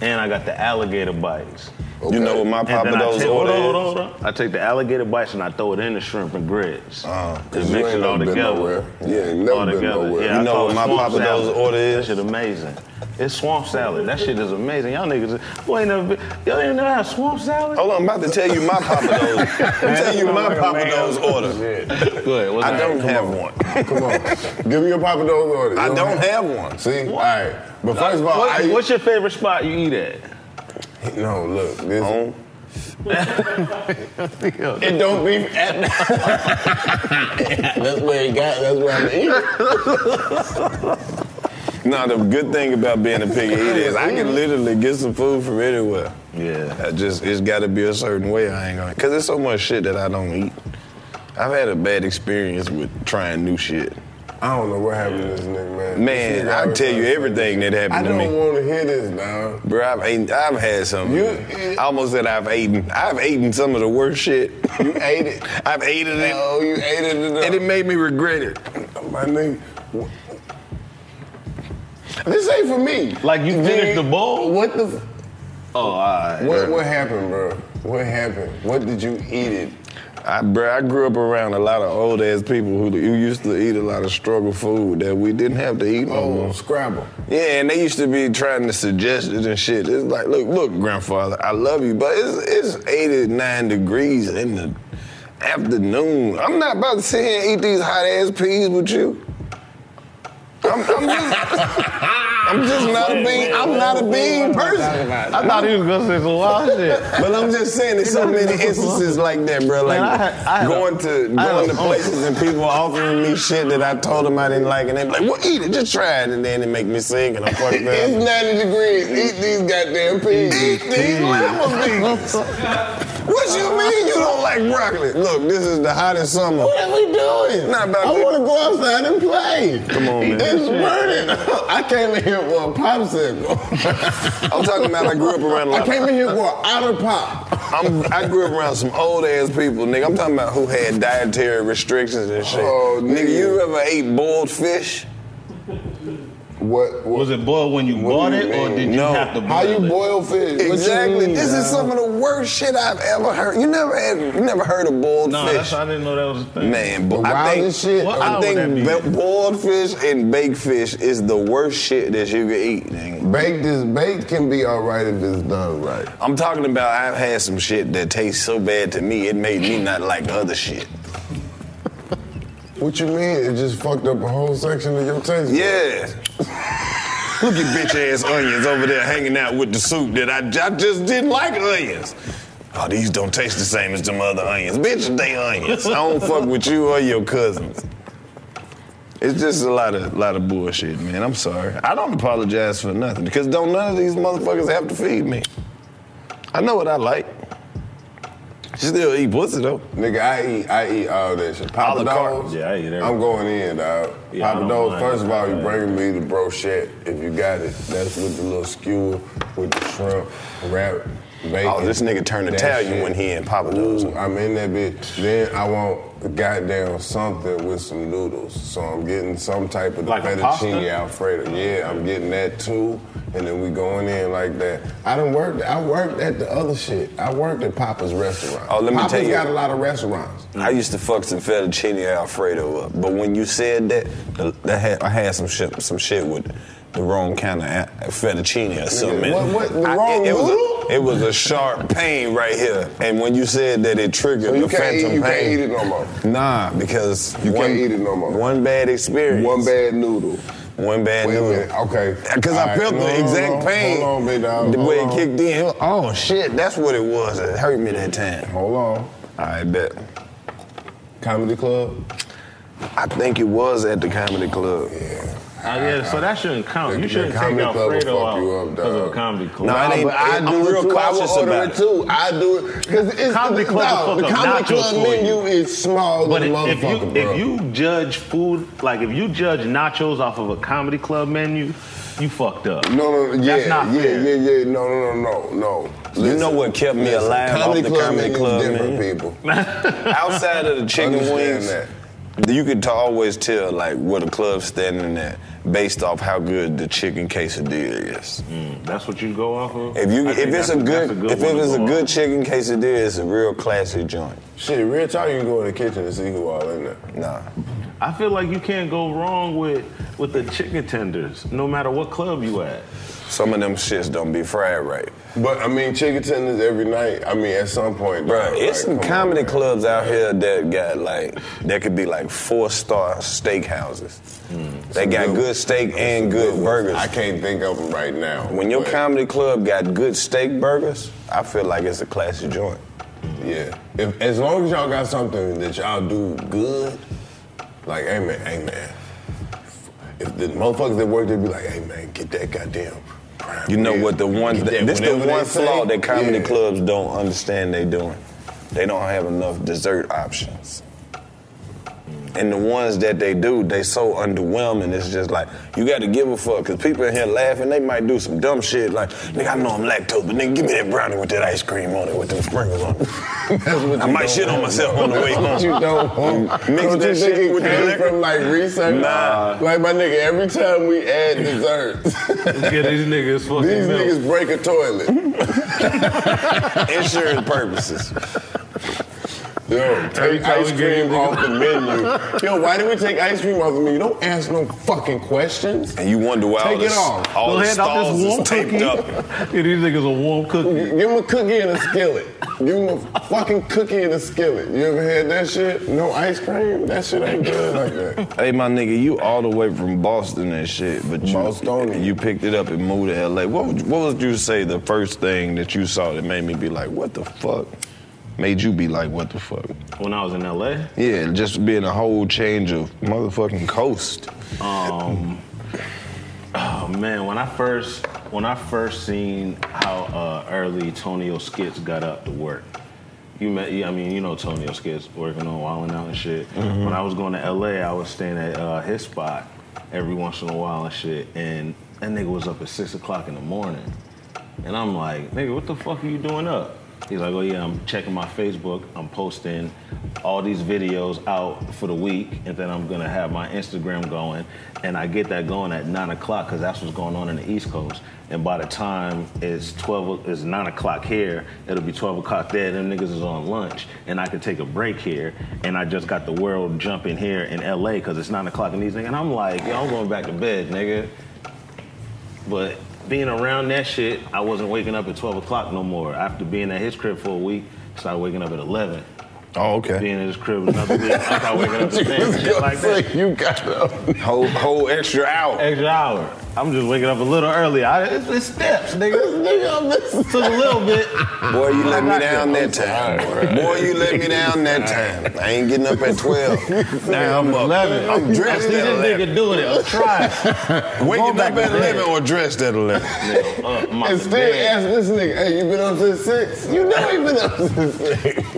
S3: and I got the alligator bites.
S1: You know what my
S3: And then I
S1: Papados
S3: take-
S1: order
S3: Hold on,
S1: is?
S3: hold on, hold on. I take the alligator bites and I throw it in the shrimp and grits. Uh, and
S1: you
S3: mix
S1: ain't
S3: it
S1: never
S3: all
S1: been
S3: together.
S1: nowhere. You ain't never
S3: all
S1: been
S3: together.
S1: nowhere.
S3: Yeah,
S1: You
S3: I
S1: know
S3: call
S1: what
S3: it
S1: my
S3: swamp
S1: Papados
S3: salad.
S1: order
S3: That shit amazing. It's swamp salad. That shit is amazing. Y'all niggas, who ain't never been, y'all ain't never had swamp salad?
S2: Hold on, I'm about to tell you my Papados.
S3: (laughs)
S2: I'm telling you my Papados order.
S3: Good.
S2: I don't have one.
S1: Come on. (laughs) Give me your Papados order.
S2: I
S1: You
S2: don't have one.
S1: See? All right. But first of all,
S3: What-
S1: I,
S3: what's your favorite spot you eat at?
S1: No, look. This,
S2: (laughs) Home.
S1: It don't be at.
S2: (laughs)
S1: that's where he got. That's where I'm eating.
S2: Now the good thing about being a picky eater is I can literally get some food from anywhere.
S3: Yeah.
S2: I just it's got to be a certain way. I ain't gonna because there's so much shit that I don't eat. I've had a bad experience with trying new shit.
S1: I don't know what happened to this nigga, man. This
S2: Man,
S1: nigga
S2: I can
S1: always
S2: tell you
S1: trying to-
S2: everything that
S1: I
S2: happened to
S1: don't
S2: me.
S1: want to hear this, dog.
S2: Bro, I've, ate, I've had some. I almost said I've eaten. I've eaten some of the worst shit.
S1: You ate it.
S2: (laughs) I've eaten it.
S1: No, you ate it. Enough.
S2: And it made me regret it.
S1: My nigga. This ain't for me.
S3: Like you finished the bowl?
S1: What the? f-
S3: Oh, all right.
S1: What, what happened, bro? What happened? What did you eat it?
S2: I, bro, I grew up around a lot of old ass people who, who used to eat a lot of struggle food that we didn't have to eat no
S1: Oh,
S2: more.
S1: Scrabble.
S2: Yeah, and they used to be trying to suggest it and shit. It's like, look, look, grandfather, I love you, but it's it's 89 degrees in the afternoon. I'm not about to sit (laughs) here and eat these hot ass peas with you. I'm, I'm just, I'm just not a bean. I'm not a bean person.
S3: I thought he was gonna say some
S2: (laughs)
S3: wild shit.
S2: But I'm just saying, there's so many instances like that, bro. Like
S3: Man, I had- I had
S2: going
S3: a-
S2: to
S3: I had
S2: going
S3: a-
S2: to places and people offering me shit that I told them I didn't like, and they be like, "Well, eat it, just try it," and then it make me sick, and I'm fucked up.
S1: It's 90 degrees. Eat these goddamn peas.
S2: Eat these lemon beans. What you mean you don't like broccoli? Look, this is the hottest summer.
S1: What are we doing?
S2: Nah, but I
S1: I
S2: think-
S1: want to go outside and play.
S3: Come on, man.
S1: It's burning. I came in here for a popsicle.
S2: I'm talking about I grew up around a lot
S1: I
S2: of-
S1: came in here for an outer pop.
S2: I'm, I grew up around some old ass people, nigga. I'm talking about who had dietary restrictions and shit.
S1: Oh,
S2: nigga,
S1: nigga.
S2: you ever ate boiled fish?
S1: What? what
S3: Was it boiled when you
S1: What
S3: bought
S1: do you
S3: it, or
S1: mean?
S3: did you
S2: No.
S3: have to boil
S1: how you
S3: it?
S1: boil fish? What you
S2: Exactly.
S1: mean?
S2: This is some of the worst shit I've ever heard. You never had, you never heard of boiled
S3: No,
S2: fish.
S3: that's, I didn't know that was a thing.
S2: Man, bo-
S1: The
S2: I think,
S1: wildest shit.
S3: What
S2: I
S3: hour would
S2: think
S3: that
S2: ba-
S3: be?
S2: boiled fish and baked fish is the worst shit that you could eat, nigga.
S1: Baked is baked can be all right if it's done right.
S2: I'm talking about I've had some shit that tastes so bad to me, it made me not like other shit.
S1: What you mean? It just fucked up a whole section of your taste.
S2: Yeah. Look at bitch ass onions over there hanging out with the soup that I, I just didn't like onions. Oh, these don't taste the same as them other onions. Bitch, they onions. I don't fuck with you or your cousins. It's just a lot of lot of bullshit, man. I'm sorry. I don't apologize for nothing because don't none of these motherfuckers have to feed me. I know what I like. Still eat pussy though.
S1: Nigga, I eat, I eat all that shit.
S2: A
S1: Papa
S2: la carte.
S1: Do's.
S3: Yeah, I eat everything.
S1: I'm going in, dog.
S3: Yeah, I
S1: Papa
S3: don't
S1: Do's.
S3: mind.
S1: First of all, you
S3: Right.
S1: bringing me the brochette if you got it. That's with the little skewer, with the shrimp, wrap, bacon.
S2: Oh, this nigga turned
S1: that
S2: Italian
S1: shit.
S2: when he in Papa Do's.
S1: Ooh, I'm in that bitch. Then I want goddamn something with some noodles. So I'm getting some type of the
S3: Like a
S1: fettuccine
S3: pasta?
S1: alfredo. Yeah, I'm getting that too. And then we going in like that. I done worked. I worked at the other shit. I worked at Papa's restaurant.
S2: Oh, let me
S1: Papa's
S2: tell you-
S1: got a lot of restaurants.
S2: I used to fuck some fettuccine alfredo up, but when you said that, the- that had, I had some shit, some shit with the wrong kind of a- fettuccine or something.
S1: what- what- the
S2: I-
S1: wrong
S2: it, it was
S1: noodle?
S2: a, it was a sharp pain right here, and when you said that, it triggered
S1: So
S2: the
S1: you can't
S2: phantom
S1: eat, you
S2: pain.
S1: can't eat it no more.
S2: Nah, because
S1: You
S2: one,
S1: can't eat it no more.
S2: One bad experience.
S1: One bad noodle.
S2: One bad
S1: Wait a
S2: noodle.
S1: minute. Okay.
S2: Because
S1: All
S2: I
S1: right.
S2: felt
S1: No,
S2: the
S1: no,
S2: exact
S1: no.
S2: pain.
S1: Hold on, big dog.
S2: The way
S1: Hold
S2: it
S1: on.
S2: kicked in. Oh shit, that's what it was. It hurt me that time.
S1: Hold on.
S2: I bet.
S1: Comedy club.
S2: I think it was at the comedy club.
S1: Yeah.
S3: Oh, yeah, so that shouldn't count.
S1: The-
S3: you
S1: the
S3: shouldn't take
S1: comedy club will
S3: Alfredo
S1: fuck you
S3: out
S1: up,
S3: because of
S1: dog.
S3: a comedy club.
S2: No, it ain't-
S1: but I
S2: I'm
S1: do
S2: real
S1: it too. I will
S2: cautious
S1: order
S2: about
S1: it
S2: it.
S1: too. I do it because it's
S3: Comedy club will
S1: dog, the
S3: fuck up
S1: comedy
S3: nachos
S1: club
S3: for you.
S1: menu is small
S3: But
S1: than a
S3: if you
S1: motherfucker, bro.
S3: if you judge food like if you judge nachos off of a comedy club menu, you fucked up.
S1: no, no, no, yeah,
S3: That's not
S1: yeah,
S3: fair.
S1: yeah, yeah, no, no, no, no, no.
S2: You know what kept me
S1: listen,
S2: alive off
S1: Comedy
S2: the
S1: club
S2: comedy
S1: menu is
S2: club
S1: different
S2: menu? (laughs)
S1: people.
S2: Outside of the chicken wings,
S1: Understand that.
S2: you could t- always tell like what a club's standing at based off how good the chicken quesadilla is.
S3: That's what you go off of.
S2: If you
S3: I
S2: if
S3: think
S2: it's
S3: that's-
S2: a good, if
S3: that's one
S2: it
S3: to
S2: is a
S3: go
S2: good
S3: off.
S2: chicken quesadilla, it's a real classy joint.
S1: Shit, real talk, you can go in the kitchen and see who all in there.
S2: Nah.
S3: I feel like you can't go wrong with with the chicken tenders, no matter what club you at.
S2: Some of them shits don't be fried right.
S1: But I mean, chicken tenders every night. I mean, at some point,
S2: Bro,
S1: dog,
S2: it's some
S1: like, come on,
S2: comedy
S1: man.
S2: clubs out here that got like that could be like four star steakhouses. They got
S1: good-
S2: good steak and good burgers.
S1: I can't think of them right now.
S2: When your
S1: but
S2: comedy club got good steak burgers, I feel like it's a classy joint.
S1: Yeah. If, as long as y'all got something that y'all do good, like, hey man, hey man. If the motherfuckers that work there be like, hey man, get that goddamn. prime
S2: You know
S1: rib.
S2: what the one
S1: Get that
S2: this the
S1: whatever they
S2: one
S1: say."
S2: flaw that comedy
S1: Yeah.
S2: clubs don't understand they doing. They don't have enough dessert options. And the ones that they do, they so underwhelming. It's just like you got to give a fuck because people in here laughing. They might do some dumb shit like, nigga, I know I'm lactose, but nigga, give me that brownie with that ice cream on it with them sprinkles on it.
S1: That's what
S2: I
S1: you
S2: might
S1: don't
S2: shit on
S1: want.
S2: myself on the way home.
S1: That's what you (laughs) don't want.
S2: Mix
S1: Don't
S2: that
S1: you think
S2: shit
S1: it
S2: with the
S1: came
S2: liquor?
S1: from like research?
S2: Nah.
S1: Like my nigga, every time we add desserts,
S3: Yeah, these niggas (laughs) fucking.
S1: these
S3: milk.
S1: niggas break a toilet. (laughs)
S2: Insurance purposes.
S1: Yo, take
S2: how
S1: ice
S2: we get
S1: cream
S2: it.
S1: off the menu. Yo, why do we take ice cream off the menu? Don't ask no fucking questions.
S2: And you wonder why all
S1: Take
S2: the,
S1: it off.
S2: all
S1: Go
S2: the
S1: hand out this
S2: stalls
S1: warm
S2: is taped
S1: cookie.
S3: (laughs)
S2: up.
S1: (laughs) Yeah, these niggas a warm cookie. Give him a cookie and a skillet. Give him a fucking cookie and a skillet. You ever had that shit? No ice cream? That shit ain't good like that.
S2: Hey, my nigga, you all the way from Boston and shit, but you, you picked it up and moved to LA. What would, what would you say the first thing that you saw that made me be like, what the fuck? Made you be like, what the fuck?
S3: When I was in LA?
S2: Yeah, just being a whole change of motherfucking coast.
S3: Um, oh man, when I first when I first seen how uh, early Tonio Skits got up to work, you met. yeah, I mean, you know Tonio Skits working on Wildin' Out and shit.
S10: Mhm.
S3: When I was going to LA, I was staying at uh, his spot every once in a while and shit. And that nigga was up at six o'clock in the morning, and I'm like, nigga, what the fuck are you doing up? He's like, oh yeah, I'm checking my Facebook. I'm posting all these videos out for the week, and then I'm gonna have my Instagram going, and I get that going at nine o'clock because that's what's going on in the East Coast. And by the time it's twelve, o- it's nine o'clock here, it'll be twelve o'clock there. Them niggas is on lunch, and I can take a break here, and I just got the world jumping here in LA because it's nine o'clock in the evening, and I'm like, yo, I'm going back to bed, nigga. But being around that shit, I wasn't waking up at 12 o'clock no more. After being at his crib for a week, started waking up at 11.
S2: Oh, okay.
S3: Being at his crib another week, I started waking
S2: (laughs)
S3: up at 10. shit like that.
S2: you got the whole, whole extra hour.
S3: Extra hour. I'm just waking up a little early. I, it's, it's
S2: (laughs)
S3: steps, nigga. Took a little bit.
S2: Boy, you let me down that time. Boy, you let me down
S1: (laughs)
S2: that time. I ain't getting up at (laughs) 12. Now I'm up. I'm dressed
S3: See
S2: at
S3: this
S2: 11.
S3: nigga doing it. I'm
S2: (laughs)
S3: trying.
S2: Waking up at 11 or dressed at 11.
S3: uh,
S1: and still ask this nigga, hey, you been up since six? You know he been up since (laughs) six.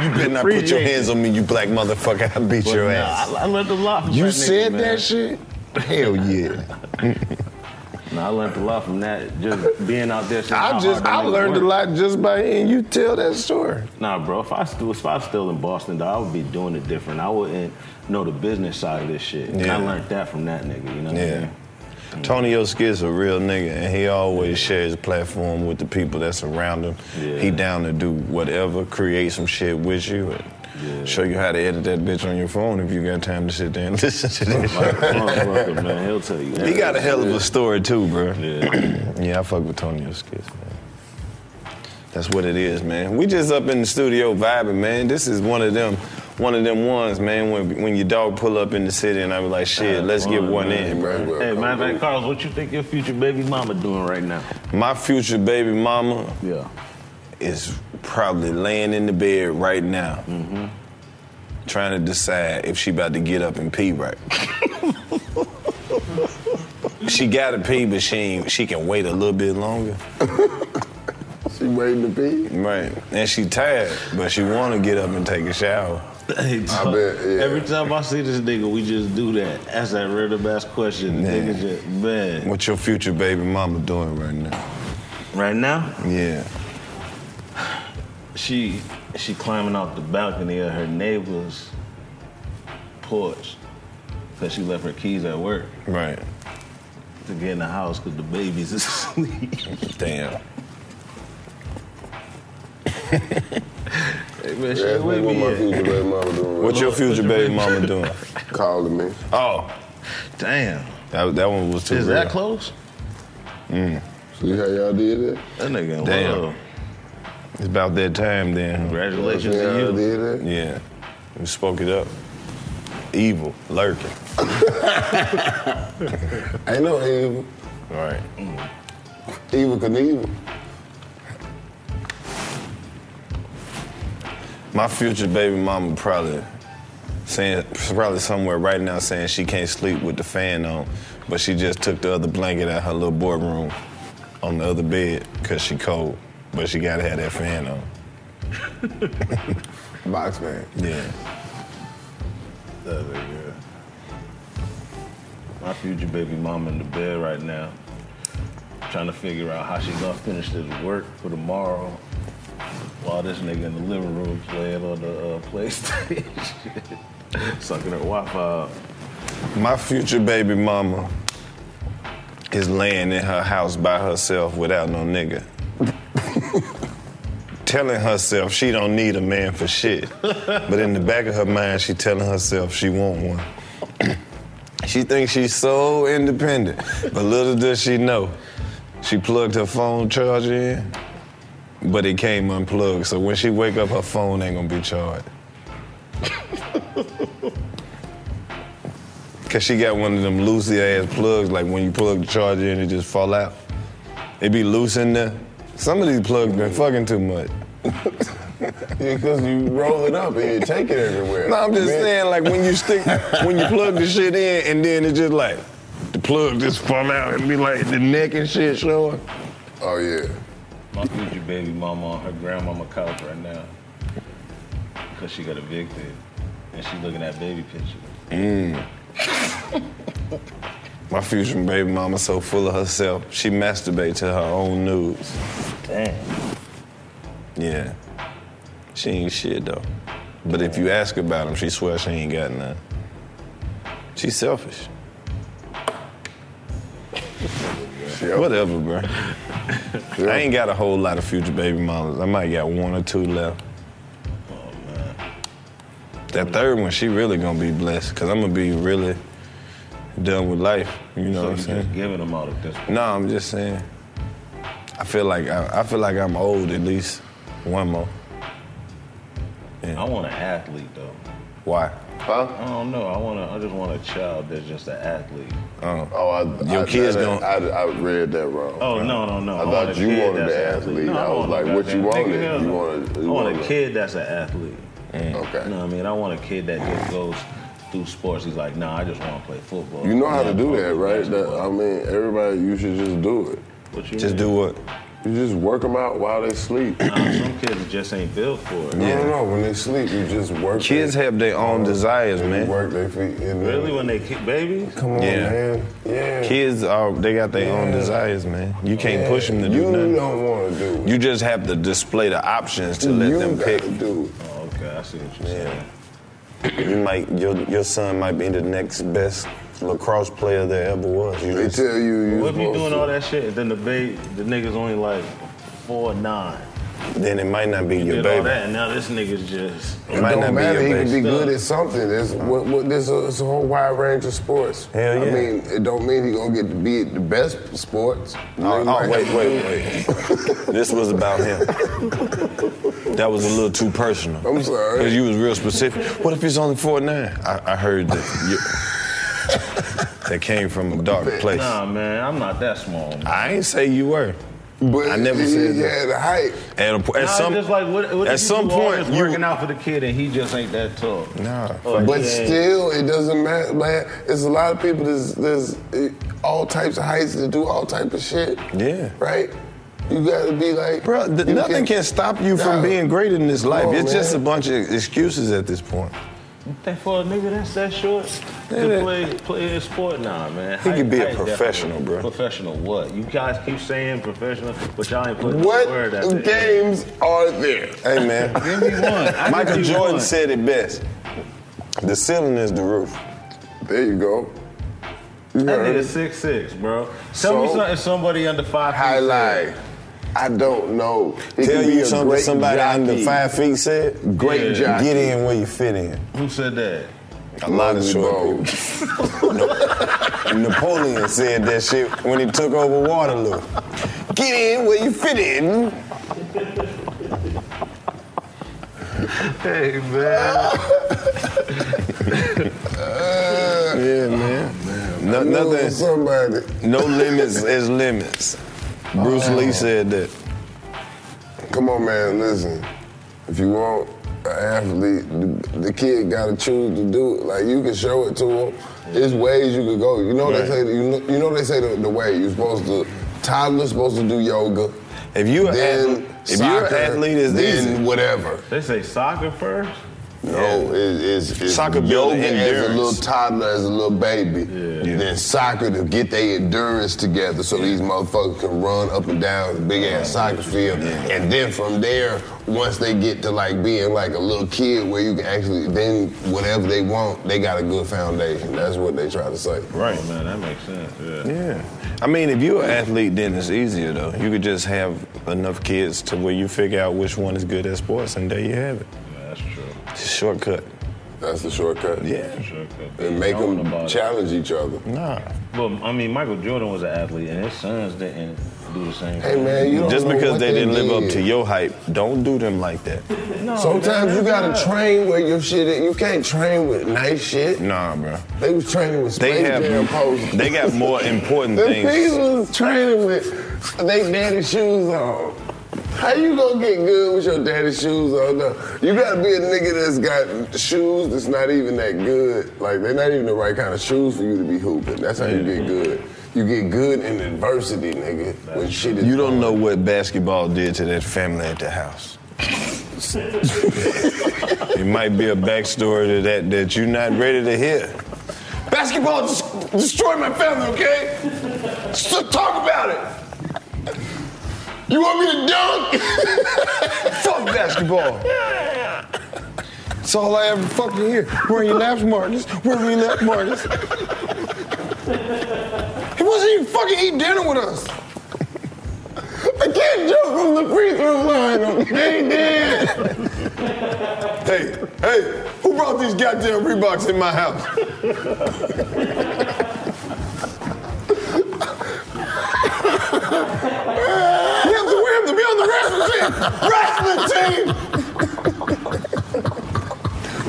S2: You better not put your hands on me, you black motherfucker. I beat
S3: But
S2: your
S3: nah,
S2: ass.
S3: I, I learned a lot from
S2: You
S3: that nigga,
S2: said
S3: man.
S2: that shit? Hell yeah.
S3: Nah, I learned a lot from that. Just being out there. seeing
S2: I
S3: how
S2: just-
S3: hard them
S2: I
S3: niggas
S2: learned a
S3: work.
S2: lot just by hearing you tell that story.
S3: Nah, bro. If I still if I was still in Boston, though, I would be doing it different. I wouldn't know the business side of this shit. And
S2: Yeah.
S3: I learned that from that nigga. You know what I
S2: Yeah.
S3: mean?
S2: Tonio Skid's a real nigga, and he always shares platform with the people that's around him. He down to do whatever, create some shit with you, and show you how to edit that bitch on your phone if you got time to sit there and listen to this.
S3: Like, motherfucker, man, he'll tell you.
S2: He got a hell of a story too, bro.
S3: Yeah,
S2: I fuck with Tonio Skits, man. That's what it is, man. We just up in the studio vibing, man. This is one of them, one of them ones, man. When when your dog pull up in the city, and I be like, shit, let's get one in, bro.
S3: Hey, matter of fact, Carlos, what you think your future baby mama doing right now?
S2: My future baby mama
S3: yeah.
S2: is probably laying in the bed right now,
S1: Mm-hmm.
S2: trying to decide if she about to get up and pee right. she got to pee, but she ain't, she can wait a little bit longer.
S1: (laughs) she waiting to pee.
S2: Right, and she tired, but she want to get up and take a shower.
S3: I bet, Every time I see this nigga, we just do that. That's that real bass question. The Nigga just, man.
S2: What your future baby mama doing right now?
S3: Right now?
S2: Yeah.
S3: She she climbing off the balcony of her neighbor's porch because she left her keys at work
S2: Right.
S3: to get in the house because the babies is (laughs) asleep.
S2: Damn.
S3: Hey,
S1: Yeah,
S3: man, she
S1: what
S3: with me.
S1: my
S3: yet.
S1: future baby mama doing?
S2: What your future baby mama doing?
S1: (laughs) Calling me.
S2: Oh.
S3: Damn.
S2: That, that one was too
S3: Is that
S2: real.
S3: close?
S2: Mm.
S1: See how y'all did it?
S3: That nigga in
S2: Damn.
S3: love.
S2: It's about that time then.
S3: Congratulations to you.
S2: Yeah. You spoke it up. Evil, lurking.
S1: Ain't no evil.
S2: Right.
S1: Mm. Evil Knievel.
S2: My future baby mama probably saying probably somewhere right now saying she can't sleep with the fan on, but she just took the other blanket out her little boy room on the other bed because she cold, but she gotta have that fan on.
S1: Box man.
S2: Yeah.
S3: That nigga. My future baby mama in the bed right now, trying to figure out how she gonna finish this work for tomorrow, while this nigga in the living room playing on the uh, PlayStation, sucking her Wi-Fi. up.
S2: My future baby mama is laying in her house by herself without no nigga. (laughs) telling herself she don't need a man for shit. but in the back of her mind, she telling herself she want one. (clears throat) she thinks she's so independent, but little does she know. She plugged her phone charger in, but it came unplugged. So when she wake up, her phone ain't gonna be charged. (laughs) Cause she got one of them loosey ass plugs, like when you plug the charger in, it just fall out. It be loose in there. Some of these plugs been fucking too much.
S1: Because you roll it up and you take it everywhere.
S2: No, I'm just
S1: Man,
S2: saying, like when you stick, when you plug the shit in, and then it just like the plug just fall out and be like the neck and shit showing.
S1: (laughs) Oh yeah.
S3: My future baby mama on her grandmama couch right now. Cause she got evicted. And she looking at baby pictures.
S2: Mm. My future baby mama so full of herself, she masturbate to her own nudes.
S3: Damn.
S2: Yeah, she ain't shit though. But if you ask about them, she swear she ain't got none. She's selfish. Whatever, bro. I ain't got a whole lot of future baby mamas. I might got one or two left. That third one, she really gonna be blessed, cause I'm gonna be really done with life. You know
S3: so
S2: what I'm
S3: you
S2: saying?
S3: just giving them out at this
S2: No, I'm just saying. I feel like I, I feel like I'm old at least one more.
S3: I want an athlete though.
S2: Why?
S3: I don't know. I want. to I just want a child that's just an athlete.
S2: Oh,
S1: Uh-huh. I,
S3: Your
S1: I,
S3: kids
S1: I,
S3: don't-
S1: I, I read that wrong.
S3: Oh, no, no, no.
S1: I
S3: want
S1: thought
S3: a
S1: you
S3: kid
S1: wanted
S3: that's
S1: the
S3: an
S1: athlete.
S3: No,
S1: I was
S3: want a
S1: like, what you
S3: goddamn-
S1: wanted?
S3: Nigga, hell
S1: You
S3: no.
S1: wanted.
S3: I
S1: You
S3: want a
S1: wanted-
S3: kid that's an athlete.
S1: Okay.
S3: You know what I mean? I want a kid that just goes through sports. He's like, nah, I just want to play football.
S1: You know how to
S3: Yeah,
S1: do
S3: I
S1: that,
S3: wanna
S1: right?
S3: play
S1: That, I mean, everybody, you should just do it.
S3: What you
S2: Just do what?
S1: You just work them out while they sleep.
S3: Some kids just ain't built for it.
S1: No, no, no. When they sleep, you just work. uh,
S2: Kids have their own desires, man.
S1: Work their feet. In
S3: Really, when they kick babies?
S1: Come on,
S2: Yeah.
S1: man. Yeah.
S2: Kids are they got their own
S1: Yeah.
S2: desires, man. You can't
S1: Yeah.
S2: push them to do
S1: You
S2: nothing.
S1: don't want to do it.
S2: You just have to display the options to let
S1: You
S2: them
S1: gotta
S2: pick.
S1: do it.
S3: Oh, okay, I see what you're saying.
S2: You might your your son might be the next best lacrosse player there ever was. You
S1: They
S2: just-
S1: tell you you
S3: What if you
S1: supposed
S3: doing
S1: to.
S3: all that shit and then the baby, the nigga's only like four nine?
S2: then it might not be
S3: Did
S2: your
S3: all
S2: baby.
S3: that and now this nigga's just.
S1: It
S2: might not
S1: don't
S2: be
S1: matter.
S2: your
S1: He
S2: best.
S1: can be good at something. There's what, what, there's a, it's a whole wide range of sports.
S2: Hell
S1: I
S2: yeah.
S1: mean, it don't mean he gonna get to be at the best sports.
S2: Oh,
S1: Nigga
S2: oh,
S1: might
S2: wait,
S1: have to
S2: wait,
S1: do-
S2: wait. (laughs) this was about him. That was a little too personal.
S1: I'm sorry.
S2: Because you was real specific. What if it's only four nine? I, I heard that. You, that came from a dark place.
S3: Nah, man, I'm not that small. Man.
S2: I ain't say you were.
S1: But
S2: I never
S1: he,
S2: said
S1: he
S2: that.
S1: had a hype.
S2: At, a, po- at
S3: Nah,
S2: some,
S3: just like, what, what
S2: at
S3: if you
S2: some
S3: do all
S2: point,
S3: this
S2: you
S3: working out for the kid and he just ain't that tall.
S2: nah.
S3: Oh,
S1: But
S3: yeah.
S1: still, it doesn't matter. Man, it's a lot of people. There's, there's eh, all types of heights that do all type of shit.
S2: Yeah.
S1: Right? You gotta be like,
S2: Bro, th-
S1: you
S2: nothing can, stop you from
S1: Nah.
S2: being great in this life.
S1: on,
S2: it's just a
S1: man.
S2: bunch of excuses at this point.
S3: You think for a nigga that's that short
S2: Yeah,
S3: to
S2: that-
S3: play play a sport? Nah, man.
S2: He could be a
S3: Height- height
S2: professional,
S3: definitely-
S2: bro.
S3: Professional what? You guys keep saying professional, but y'all ain't putting
S1: What
S3: the word at the end.
S1: games are there?
S2: Hey, man.
S3: (laughs) Give me one. I give
S2: Michael
S3: you
S2: Jordan
S3: one.
S2: said it best. The ceiling is the roof.
S1: There you go. You
S3: That
S1: heard.
S3: nigga six six, bro. Tell me
S1: So-
S3: something somebody under five. feet
S1: highlight.
S3: said.
S1: I don't know. He
S2: Tell
S1: could be
S2: you
S1: a
S2: something
S1: great
S2: somebody
S1: jockey.
S2: under five feet said.
S1: Great
S2: yeah.
S1: jockey.
S2: Get in where you fit in.
S3: Who said that?
S2: A lot of
S1: Lonely
S2: short
S1: bones.
S2: people. (laughs) Napoleon said that shit when he took over Waterloo. Get in where you fit in.
S3: Hey man.
S2: Yeah, man. No,
S1: I know
S2: nothing.
S1: Somebody.
S2: No limits is limits. Bruce Lee said that.
S1: Come on, man. Listen. If you want an athlete, the, the kid gotta choose to do it. Like you can show it to him. There's ways you could go. You know they
S2: Right.
S1: say. You know, you know they say the, the way you're supposed to. Toddler's supposed to do yoga.
S2: If you an
S1: then
S2: athlete, if you're an
S1: soccer,
S2: athlete, it's
S1: then
S2: easy.
S1: whatever.
S3: They say soccer first.
S1: No, it- it's, it's
S2: Soccer build
S1: yoga as a
S2: endurance.
S1: little toddler, as a little baby. Then soccer to get their endurance together so these motherfuckers can run up and down the big ass soccer field. And then from there, once they get to like being like a little kid where you can actually, then whatever they want, they got a good foundation. That's what they try to say.
S2: Right.
S3: man, that makes sense. Yeah.
S2: Yeah. I mean, if you're an athlete, then it's easier though. You could just have enough kids to where you figure out which one is good at sports, and there you have it.
S3: that's true.
S2: It's a shortcut.
S1: That's the shortcut.
S2: Yeah.
S1: And make them challenge each other.
S2: Nah.
S3: Well, I mean, Michael Jordan was an athlete, and his sons didn't do the same.
S1: Hey,
S3: thing.
S1: man, you don't
S2: just
S1: know
S2: because
S1: what
S2: they,
S1: they
S2: didn't live up
S1: did.
S2: to your hype, don't do them like that.
S3: Oh,
S1: Sometimes you gotta train where your shit is. You can't train with nice shit.
S2: Nah, bro.
S1: They was training with
S2: They
S1: Space
S2: have-
S1: Jam poses.
S2: they got
S1: (laughs)
S2: more important
S1: Them
S2: things.
S1: niggas was training with they daddy shoes on. How you gonna get good with your daddy shoes on? though? You gotta be a nigga that's got shoes that's not even that good. Like they're not even the right kind of shoes for you to be hooping. That's how you get good. You get good in adversity, nigga. When shit is
S2: You don't know
S1: (laughs)
S2: what basketball did to that family at the house. it might be a backstory to that that you're not ready to hear.
S1: basketball just destroyed my family. Okay, so talk about it. You want me to dunk? (laughs)
S2: Fuck basketball. That's all I ever fucking hear. Where are your laps, Marcus? Where are your laps, Marcus?
S1: He wasn't even fucking eat dinner with us. I can't jump from the free throw line. Okay, Dan.
S2: Hey, hey, who brought these goddamn Reeboks in my house?
S1: You have to wear him to be on the wrestling team. Wrestling team.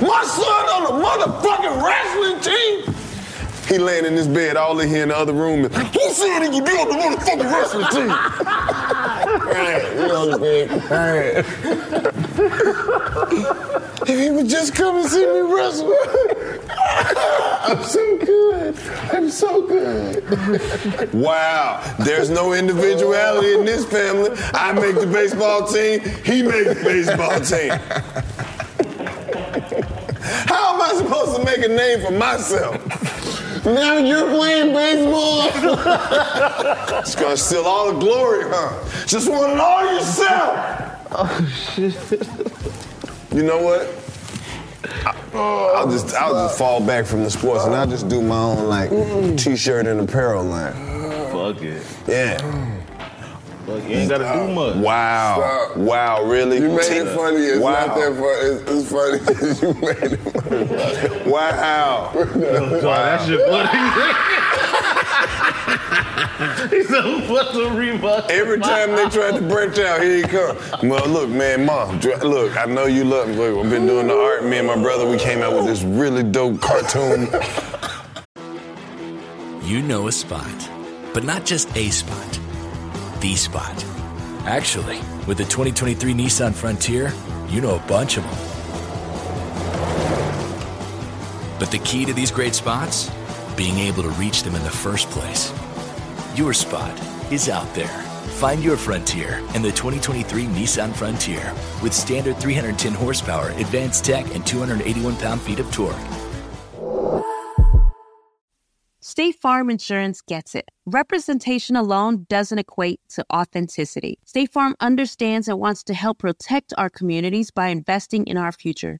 S1: My son on the motherfucking wrestling team.
S2: He laying in his bed, all in here in the other room. And,
S1: Who said he could be on the motherfucking wrestling team? Right, you know what I'm saying? Right. If he would just come and see me wrestle, I'm so good. I'm so good.
S2: wow, there's no individuality in this family. I make the baseball team, he makes the baseball team. How am I supposed to make a name for myself?
S1: Now you're playing
S2: (laughs)
S1: baseball.
S2: It's gonna steal all the glory, huh? Just want it all yourself. You know what? I, I'll just I'll just fall back from the sports and I'll just do my own like t-shirt and apparel line.
S3: Fuck it.
S2: Yeah. Uh,
S3: Fuck, you ain't gotta do much.
S2: Wow.
S1: Stop.
S2: Wow, really?
S1: You made
S2: Tina?
S1: it funny. It's
S2: wow.
S1: not that funny. It's, it's funny. (laughs) you made it funny. (laughs)
S2: Wow.
S3: That's your buddy. (laughs) He's a fucking Reebok.
S2: Every time they tried to branch out, here he come. Well, look, man, mom, dr- look, I know you love me. Look, I've been doing the art. Me and my brother, we came out with this really dope
S11: (laughs)
S2: cartoon.
S10: You know a spot, but not just a spot, the spot. Actually, with the 2023 Nissan Frontier, you know a bunch of them. But the key to these great spots? Being able to reach them in the first place. Your spot is out there. Find your frontier in the 2023 Nissan Frontier with standard 310 horsepower, advanced tech, and 281 pound feet of torque.
S12: State Farm Insurance gets it. Representation alone doesn't equate to authenticity. State Farm understands and wants to help protect our communities by investing in our future,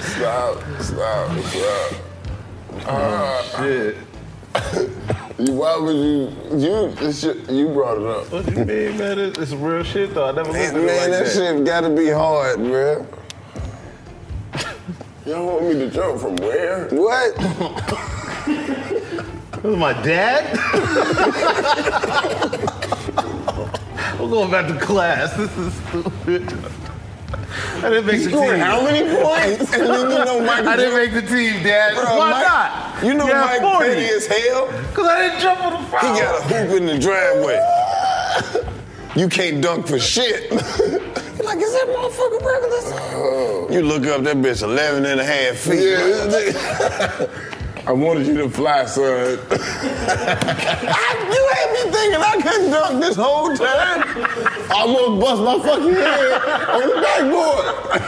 S1: Stop, stop, stop. Ah,
S11: Oh,
S1: shit. Why would (laughs) you? You this shit, you brought it up.
S11: What you mean, man? It's it's real shit though. I never
S1: Man,
S11: listened to it like
S1: that,
S11: that.
S1: shit gotta be hard, man. Y'all want me to jump from where? (laughs) What?
S11: My dad? I'm going back to class. This is stupid. I didn't make
S1: You
S11: the
S1: scored
S11: team.
S1: how many
S11: (laughs)
S1: points? (laughs) And then you know Michael
S11: I didn't
S1: Jordan-
S11: make the team, Dad.
S1: Bro,
S11: Why
S1: Mike-
S11: not?
S1: You know
S11: Yeah,
S1: Mike
S11: 40.
S1: petty as hell.
S11: Cause I didn't jump on the foul.
S1: He got a hoop in the driveway. you can't dunk for shit.
S5: Like, is that motherfucker breaking this?
S1: You look up, that bitch 11 and a half feet.
S2: (laughs)
S1: I wanted you to fly, (laughs) son. (laughs)
S5: You had me thinking I couldn't dunk this whole time. I almost bust my fucking head on the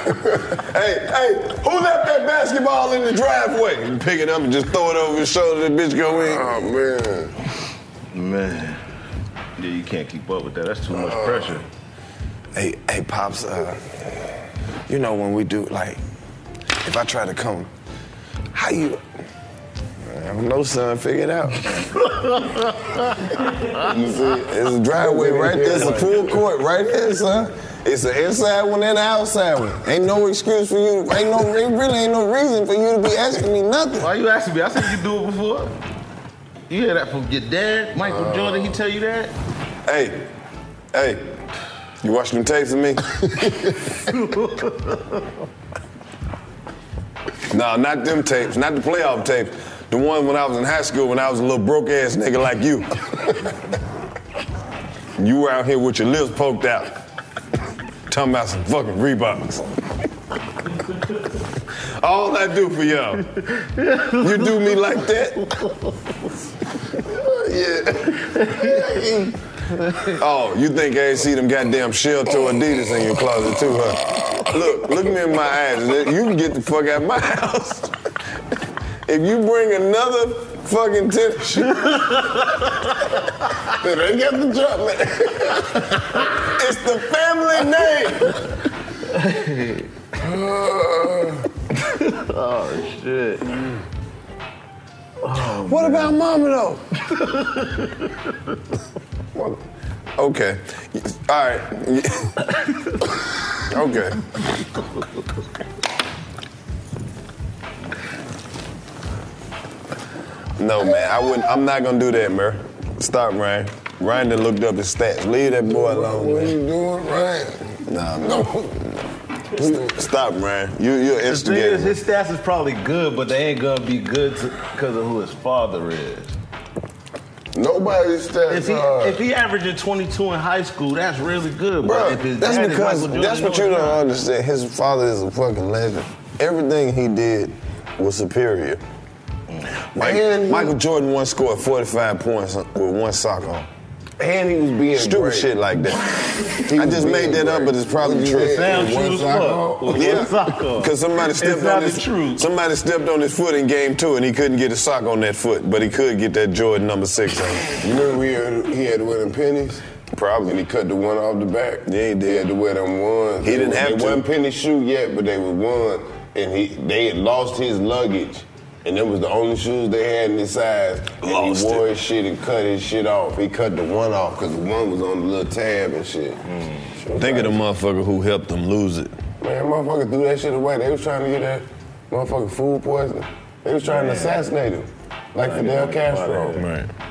S5: backboard.
S1: hey, hey, who left that basketball in the driveway? You pick it up and just throw it over his shoulder, the bitch go in. Oh, man.
S3: Man. Yeah, you can't keep up with that. That's too much pressure.
S2: Uh, Hey, hey, pops. Uh, you know when we do like, if I try to come, how you? I don't know, son. Figure it out.
S1: You see, it's a driveway right there. It's a full court right there, son. It's an inside one and an outside one. Ain't no excuse for you. Ain't no ain't really ain't no reason for you to be asking me nothing.
S11: Why you asking me? I said you do it before. You hear that from your dad, Michael
S1: Uh.
S11: Jordan? He tell you that?
S1: Hey, hey, you watch them tapes of me? no, not them tapes, not the playoff tapes. The one when I was in high school when I was a little broke ass nigga like you. (laughs) you were out here with your lips poked out. Talking about some fucking Reeboks. All I do for y'all, you do me like that? yeah. Oh, you think I ain't see them goddamn shell toe Adidas in your closet too, huh? Look, look me in my eyes. You can get the fuck out of my house. if you bring another fucking
S11: (laughs)
S1: tennis shoe, then they got the drop. man. it's the family name.
S11: (laughs) oh shit.
S1: what about mama though? Okay. All right. (laughs) okay. No, man, I wouldn't. I'm not gonna do that, man. Stop, Ryan. Ryan done looked up his stats. Leave that boy alone, man. What you doing, Ryan? Nah, no. Stop, Ryan. You, you're
S11: The thing is,
S1: instigating.
S11: his stats is probably good, but they ain't gonna be good because of who his father is.
S1: Nobody's stats
S11: If he,
S1: are-
S11: if he averaging 22 in high school, that's really good. but if his
S1: that's
S11: dad is
S1: because
S11: Michael Jordan,
S1: that's what
S11: no,
S1: you
S11: it's
S1: don't
S11: not.
S1: understand. His father is a fucking legend. Everything he did was superior. and Michael Jordan once scored 45 points with one sock on. And he was being stupid
S2: great.
S1: shit like that. I just made that up, but it's probably
S2: He
S1: true.
S2: was sound true as fuck. With one sock on.
S1: because somebody
S2: It's
S1: stepped
S2: not
S1: on
S2: the
S1: his somebody stepped on his foot in game two, and he couldn't get a sock on that foot, but he could get that Jordan number six on. You remember he had, he had winning pennies? Probably. And he cut the one off the back. Yeah, he did. He had to wear them ones. He didn't They have to. wasn't penny shoe yet, but they were one, and he they had lost his luggage, and it was the only shoes they had in his size. And he wore his shit and cut his shit off. He cut the one off because the one was on the little tab and shit. Mm.
S2: Think of the motherfucker who helped him lose it.
S1: Man, motherfucker threw that shit away. They was trying to get that motherfucker food poisoning. They was trying
S11: Man.
S1: to assassinate him, like
S11: Like
S1: Fidel
S11: Fidel
S1: Castro.
S11: Castro.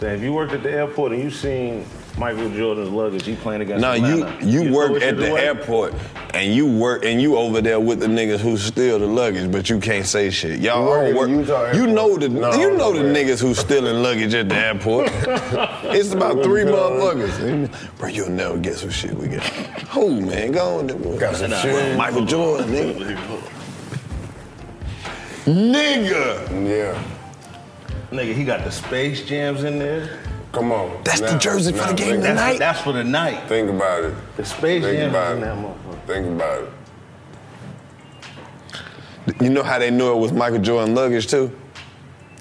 S11: Damn, if you worked at the airport and you seen Michael Jordan's luggage, he playing against
S2: No, you
S11: Atlanta.
S2: you,
S11: throw
S2: work
S11: his
S2: at
S11: shit
S2: the
S11: away?
S2: airport and you work and you over there with the niggas who steal the luggage, but you can't say shit. Y'all
S1: You work
S2: all
S1: at the
S2: work.
S1: Utah
S2: You know the
S1: No,
S2: you know the
S1: man.
S2: niggas who stealing luggage at the airport.
S1: (laughs)
S2: it's about three motherfuckers. Bro, you'll never guess what shit we got. Who man? Go on.
S1: Got some shit.
S2: Michael Jordan, nigga.
S5: Nigga!
S1: Yeah.
S3: Nigga, he got the Space Jams in there.
S1: Come on.
S3: That's the jersey for the game tonight? That's for the night.
S1: Think about it.
S3: The Space
S1: Think
S3: Jam
S1: about
S3: in
S1: it.
S3: that motherfucker.
S1: Think about it.
S2: You know how they knew it was Michael Jordan luggage too?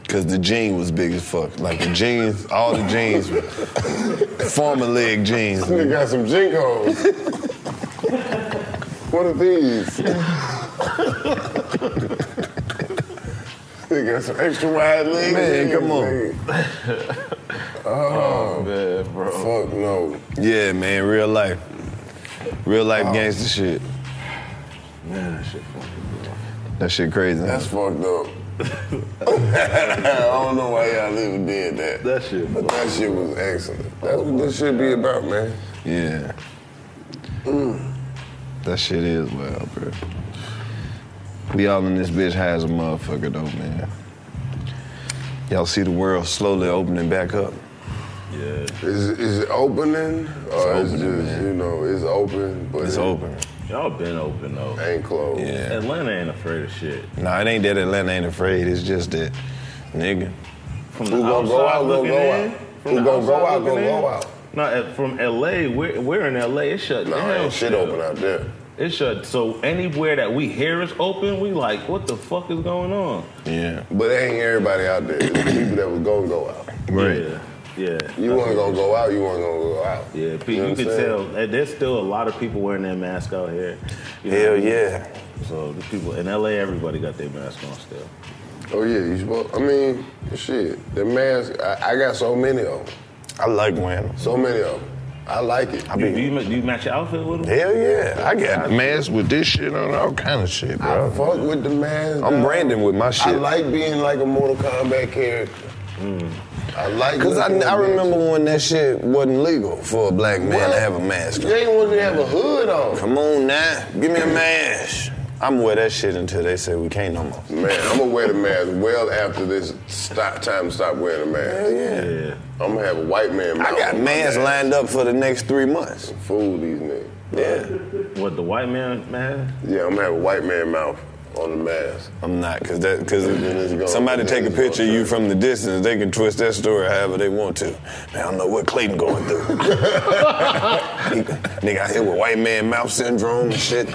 S2: Cause the jean was big as fuck. Like the jeans, all the jeans, were (laughs) former leg jeans.
S1: This nigga got some jinkos. what are these? they got some extra wide legs.
S2: Man, come on.
S3: (laughs)
S1: Oh, (laughs) oh man, bro. Fuck no.
S2: Yeah, man, real life, real life gangster shit.
S3: Man, that shit.
S2: That shit crazy.
S1: That's fucked up. I don't know why y'all even did that.
S3: That shit.
S1: But that shit was excellent. That's what this should be about, man.
S2: Yeah. That shit is wild, bro. We all in this bitch high as a motherfucker though, man. Y'all see the world slowly opening back up.
S1: Yeah. Is, is it opening? Or it's, just, you know, it's open, but
S2: It's open.
S3: Y'all been open though.
S1: Ain't closed.
S2: Yeah.
S3: Atlanta ain't afraid of shit.
S2: Nah, it ain't that Atlanta ain't afraid. It's just that, nigga.
S3: From the outside looking in, from the outside looking in. No, at- from LA, we're, we're in LA. It shut
S1: Nah,
S3: down.
S1: ain't shit
S3: still.
S1: open out there.
S3: It shut. So anywhere that we hear is open, we like, what the fuck is going on?
S2: Yeah.
S1: But ain't everybody out there. It's the people that was gonna go out.
S2: Right.
S3: Yeah. Yeah.
S1: You weren't gonna go out, you weren't gonna go out.
S3: Yeah, pe-
S1: know
S3: you,
S1: what
S3: can
S1: I'm saying?
S3: tell uh, there's still a lot of people wearing their mask out here. You
S1: Hell
S3: what I mean?
S1: yeah.
S3: So the people in LA, everybody got their mask on still.
S1: Oh yeah, you supposed. I mean, shit. The mask. I, I got so many of them.
S2: I like wearing them.
S1: So many of them. I like it. I
S3: Do, do you, ma- do you match your outfit with them?
S2: Hell yeah. I got masks with this shit on, all kind of shit, bro.
S1: I fuck with the mask.
S2: I'm
S1: dog.
S2: branding with my
S1: I
S2: shit.
S1: like being like a Mortal Kombat character. I like.
S2: Mm. Cause I,
S1: looking
S2: I
S1: like that.
S2: remember when that shit wasn't legal for a black man
S1: What?
S2: to have a mask.
S1: They ain't want you to have a hood on.
S2: Come on now, give me a mask. I'm wear that shit until they say we can't no more.
S1: Man, I'm gonna wear the mask well after this stop time to stop wearing the mask.
S2: Hell yeah.
S1: I'm gonna have a white man.
S2: I got masks lined up for the next three months.
S1: Fool these niggas.
S2: Yeah.
S3: What the white man mask?
S1: Yeah, I'm gonna have a white man mouth on the mask.
S2: I'm not, cause that, cause
S1: Then it's gone.
S2: somebody
S1: Then
S2: take a
S1: it's gone.
S2: picture of you from the distance, they can twist that story however they want to. Man, I don't know what Clayton going through.
S1: (laughs)
S2: He- nigga out here with white man mouth syndrome and shit.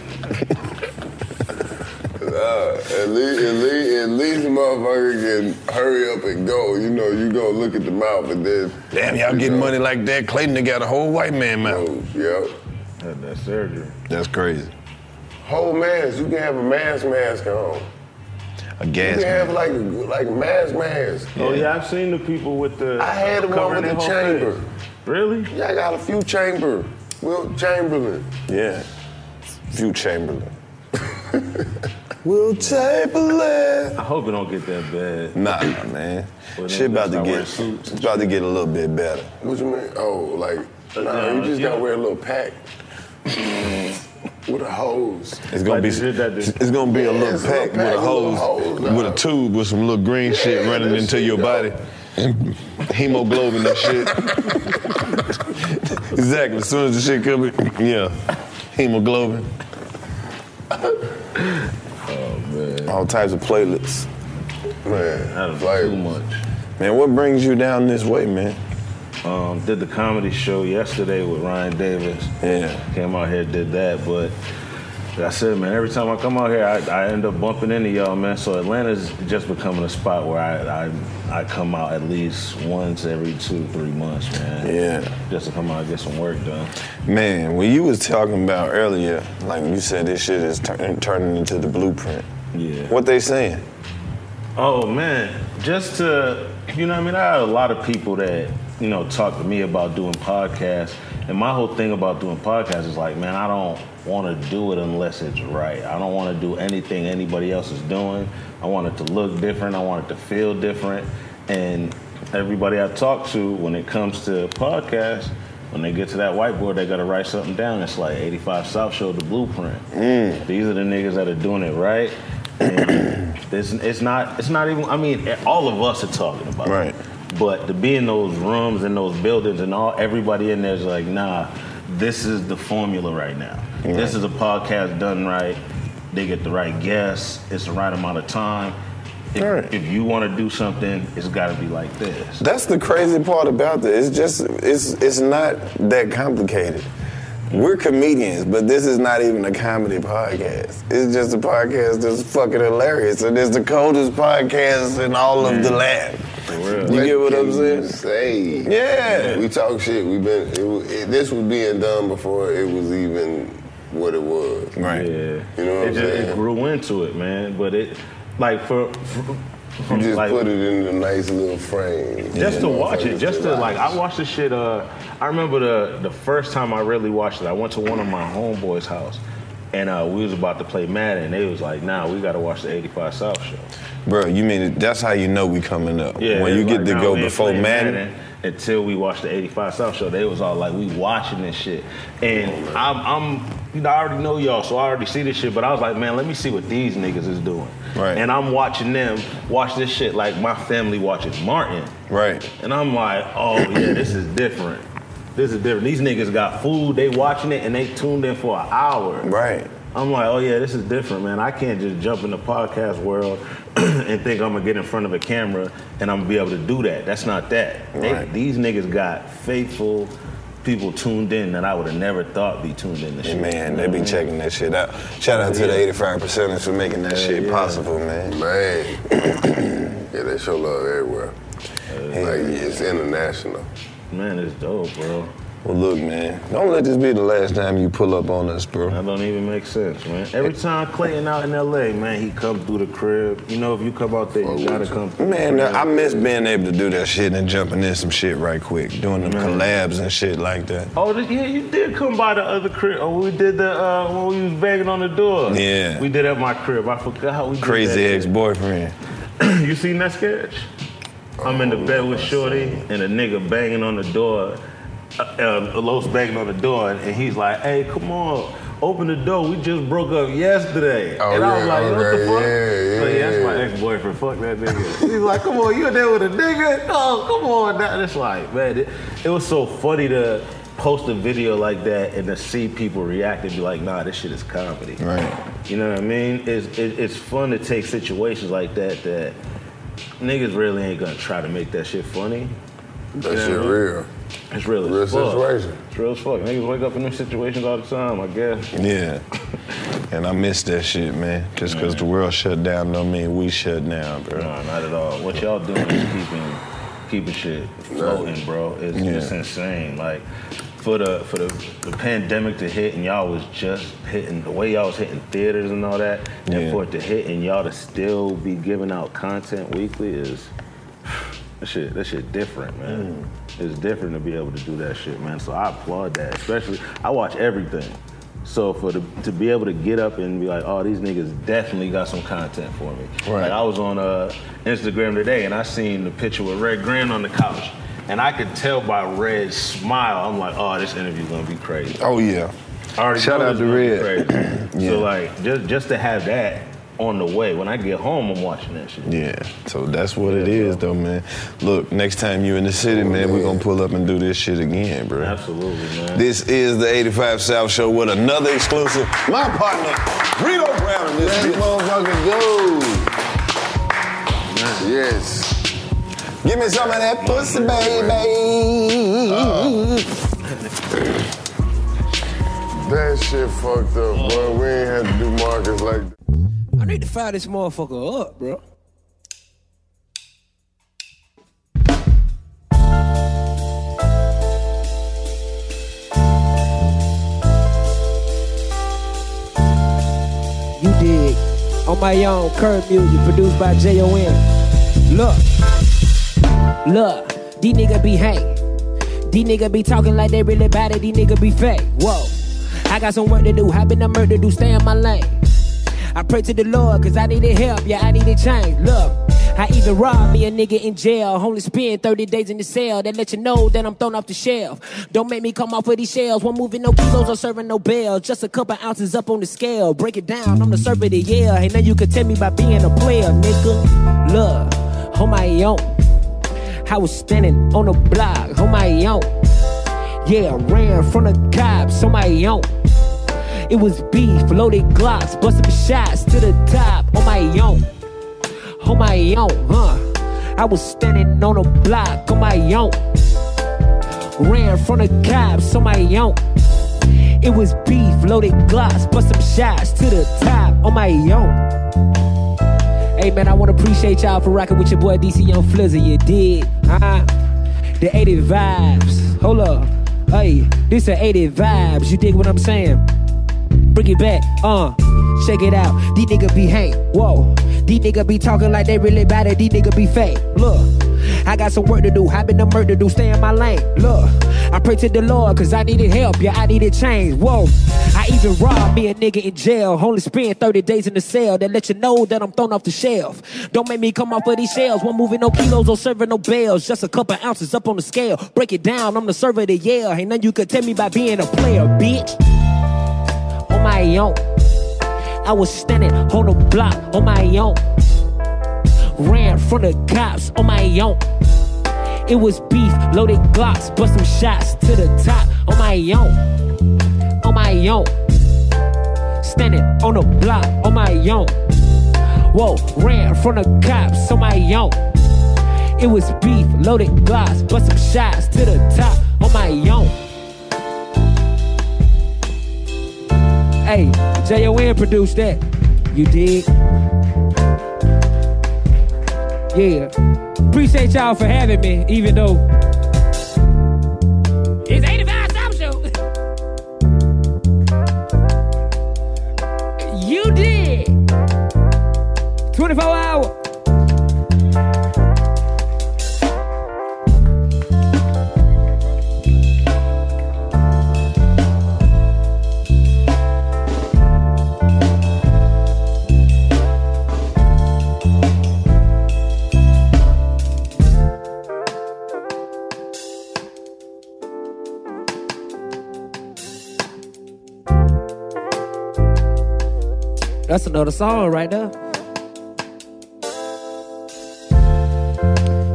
S1: Uh, at least, at least, at least, motherfucker can hurry up and go. You know, you go look at the mouth and then.
S2: Damn, y'all
S1: you
S2: getting
S1: know,
S2: money like that? Clayton done got a whole white man mouth.
S1: Oh, Yep.
S3: Had that surgery.
S2: That's crazy.
S1: Whole mask. You can have a mask mask on.
S2: A
S1: You
S2: gas
S1: can
S2: mask.
S1: have like a, like a mask mask.
S3: Oh yeah, I've seen the people with the.
S1: I had one
S3: covering
S1: with
S3: their
S1: the
S3: whole
S1: chamber.
S3: face. Really?
S1: Yeah, I got a few chamber. Will Chamberlain.
S2: Yeah. View Chamberlain. Will Chamberlain.
S3: I hope it don't get that bad.
S2: Nah, man.
S3: Well, then
S2: Shit about to get
S3: start wearing suits.
S2: it's about to get a little bit better.
S1: What you mean? Oh, like, nah,
S3: Uh,
S1: you just
S3: yeah.
S1: gotta wear a little pack (laughs) with a hose.
S2: It's gonna
S3: Like
S2: be
S3: you did that this-
S2: it's gonna be a
S1: Yeah,
S2: little
S1: it's a
S2: pack with a hose,
S1: nah.
S2: with a tube with some little green shit
S1: Yeah,
S2: running
S1: that
S2: into
S1: shit
S2: your
S1: dope.
S2: body. And hemoglobin and shit. (laughs) exactly. As soon as the shit comes, yeah. Hemoglobin.
S1: Oh,
S2: All types of platelets.
S1: Man,
S3: That was
S1: like,
S3: too much.
S2: Man, what brings you down this way, man?
S3: Um, did the comedy show yesterday with Ryan Davis.
S2: Yeah.
S3: Came out here, did that, but I said, man, every time I come out here, I, I end up bumping into y'all, man. So Atlanta's just becoming a spot where I, I I come out at least once every two, three months, man.
S2: Yeah.
S3: Just to come out and get some work done.
S2: Man, when you was talking about earlier, like you said, this shit is turn turning into the blueprint.
S3: Yeah.
S2: What they saying?
S3: Oh man, just to you know, what I mean, I had a lot of people that you know talk to me about doing podcasts, and my whole thing about doing podcasts is like, man, I don't want to do it unless it's right. I don't want to do anything anybody else is doing. I want it to look different. I want it to feel different. And everybody I talk to, when it comes to podcasts, when they get to that whiteboard, they got to write something down. It's like 85 South Show, the blueprint. These are the niggas that are doing it right. And (clears throat) it's, it's not it's not even I mean all of us are talking about
S2: Right.
S3: it. But to be in those rooms and those buildings and all everybody in there's like, nah, this is the formula right now. This is a podcast done right. They get the right guests, it's the right amount of time, If, if you want to do something, it's got to be like this.
S2: That's the crazy part about this. It's just it's it's not that complicated. We're comedians, but this is not even a comedy podcast. It's just a podcast that's fucking hilarious, and it's the coldest podcast in all of the
S3: Mm-hmm.
S2: land. You get what I'm saying?
S1: Say,
S2: Yeah.
S1: we talk shit. We've been it, wa- it, this was being done before it was even what it was.
S2: Right.
S3: Yeah.
S1: You know what
S3: it
S1: I'm
S3: just
S1: saying?
S3: it grew into it, man. But it, like for, for
S1: You just
S3: like-
S1: put it in a nice little frame.
S3: just to watch it, just to like, I
S1: watch.
S3: watched the shit. Uh, I remember the the first time I really watched it. I went to one of my homeboys' house, and uh, we was about to play Madden. They was like, "Nah, we got to watch the '85 South show."
S2: Bro, you mean that's how you know we coming up.
S3: Yeah,
S2: when
S3: it
S2: you
S3: was
S2: get
S3: like,
S2: to
S3: nah,
S2: go
S3: we ain't
S2: before
S3: playing
S2: Madden,
S3: until we watched the 85 South show. They was all like, we watching this shit. And I'm, I'm, you know, I already know y'all, so I already see this shit, but I was like, man, let me see what these niggas is doing.
S2: Right.
S3: And I'm watching them watch this shit like my family watches Martin.
S2: Right.
S3: And I'm like, oh yeah, this is different. This is different. These niggas got food, they watching it, and they tuned in for an hour.
S2: Right.
S3: I'm like, oh yeah, this is different, man. I can't just jump in the podcast world (clears throat) and think I'm gonna get in front of a camera and I'm gonna be able to do that. That's not that. They-
S2: Right.
S3: these niggas got faithful people tuned in that I would have never thought be tuned in to shit.
S2: man, they be checking that shit out. Shout out to the 85 percenters for making that shit possible, man.
S1: Man. (coughs) yeah, they show love everywhere. like, it's international.
S3: Man, it's dope, bro.
S2: Well, look, man, don't let this be the last time you pull up on us, bro.
S3: That don't even make sense, man. Every time Clayton out in LA, man, he come through the crib. You know, if you come out there, you gotta come. through the
S2: Man,
S3: crib.
S2: I miss being able to do that shit and jumping in some shit right quick, doing them collabs and shit like that.
S3: Oh th- yeah, you did come by the other crib. Oh, we did the uh, when we was banging on the door.
S2: Yeah.
S3: we did at my crib. I forgot how we did
S2: Crazy
S3: that.
S2: ex boyfriend.
S3: you seen that (clears throat) sketch? I'm in the
S1: Oh,
S3: bed with Shorty and a nigga banging on the door. Uh, uh, Los banging on the door, and he's like, "Hey, come on, open the door. We just broke up yesterday."
S1: Oh,
S3: and I was
S1: yeah,
S3: like, "What the
S1: okay,
S3: fuck?"
S1: yeah,
S3: But
S1: yeah,
S3: that's my
S1: yeah.
S3: ex-boyfriend. Fuck that nigga. he's like, "Come on, you in there with a nigga? Oh, come on." Now. And it's like, man, it, it was so funny to post a video like that and to see people react and be like, "Nah, this shit is comedy."
S2: Right.
S3: You know what I mean? It's it, it's fun to take situations like that that niggas really ain't gonna try to make that shit funny.
S1: That
S3: You know
S1: shit
S3: what I mean?
S1: real.
S3: It's real.
S1: Real
S3: as fuck.
S1: situation.
S3: It's real as fuck. Niggas wake up in them situations all the time. I guess. (laughs)
S2: Yeah. And I miss that shit, man. Just because the world shut down don't mean we shut down, bro.
S3: No, not at all.
S2: (clears throat)
S3: What y'all doing is keeping keeping shit floating, bro. It's,
S2: Yeah.
S3: it's insane. Like for the for the, the pandemic to hit and y'all was just hitting the way y'all was hitting theaters and all that, and
S2: Yeah.
S3: for it to hit and y'all to still be giving out content weekly is that shit that shit different, man.
S2: Mm.
S3: It's different to be able to do that shit, man. So I applaud that. Especially I watch everything. So for the, to be able to get up and be like, oh, these niggas definitely got some content for me.
S2: Right.
S3: Like, I was on uh, Instagram today and I seen the picture with Red Grant on the couch. And I could tell by Red's smile, I'm like, oh, this interview's gonna be crazy.
S2: Oh, yeah.
S3: I already
S2: Shout
S3: know
S2: out
S3: it's
S2: to
S3: gonna be
S2: Red. (clears throat)
S3: crazy. So like just just to have that on the way. When I get home, I'm watching that shit.
S2: Yeah, so that's what it is, though, man. Look, next time you in the city, man, we're gonna pull up and do this shit again, bro.
S3: Absolutely, man.
S2: This is the 85 South Show with another exclusive. My partner, Rito Brown, in this bitch.
S1: motherfucker go. Yes.
S2: Give me some of that pussy,
S7: (laughs)
S2: baby.
S1: That shit fucked up, bro. We ain't had to do markets like that.
S13: I need to fire this motherfucker up, bro. You dig? On my own, curb music produced by J.O.N. Look, look, these nigga be hang. These nigga be talking like they really bad at these nigga be fake. Whoa, I got some work to do. Hop in the murder, do stay in my lane. I pray to the Lord, cause I needed help, yeah, I needed change. Look, I even robbed me a nigga in jail, only spend 30 days in the cell. That let you know that I'm thrown off the shelf. Don't make me come off of these shells. One moving no kilos or serving no bells. Just a couple ounces up on the scale. Break it down, I'm the servant of Yale. Ain't nothing you can tell me by being a player, nigga. Look, on my own. I was standing on the block on my own. Yeah, ran from the cops on my own. It was beef, loaded glocks, busting shots to the top on my own. on my own, huh? I was standing on a block on my own. Ran from the cops on my own. It was beef, loaded gloss, bust some shots to the top on my own. Hey man, I wanna appreciate y'all for rocking with your boy DC Young Flizzy, you dig? Huh? The 80 vibes. Hold up. Hey, this a 80 vibes, you dig what I'm saying? Bring it back, uh, check it out. These niggas be hang, whoa. These niggas be talking like they really bad it, these niggas be fake. Look, I got some work to do, I've been a murder do, stay in my lane. Look, I pray to the Lord, cause I needed help, yeah, I needed change, whoa. I even robbed me a nigga in jail, only spend 30 days in the cell. That let you know that I'm thrown off the shelf. Don't make me come off of these shelves, won't moving no kilos or serving no bells, just a couple ounces up on the scale. Break it down, I'm the server of the Yale, ain't nothing you could tell me by being a player, bitch on my own. I was standing on the block on my own. Ran from the cops on my own. It was beef, loaded glocks, bust some shots to the top on my own. On my own. Standing on the block on my own. Whoa, ran from the cops on my own. It was beef, loaded glocks, bust some shots to the top on my own. Hey, J.O.N. produced that. You dig? Yeah. Appreciate y'all for having me, even though. It's 85 South Show. You dig? 24 hour. That's another song right there.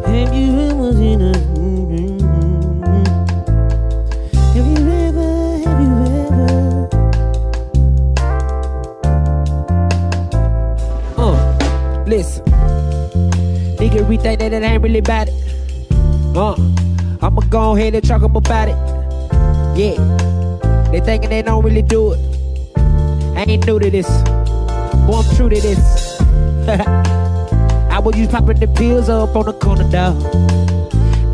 S14: Have you ever seen a Have you ever, have you ever?
S13: Uh, listen. Nigga rethink that it ain't really about it. Uh, I'ma go ahead and talk 'em about it. Yeah. They thinking they don't really do it. I ain't new to this. Boy, I'm true to this. (laughs) I was just popping the pills up on the corner, dog.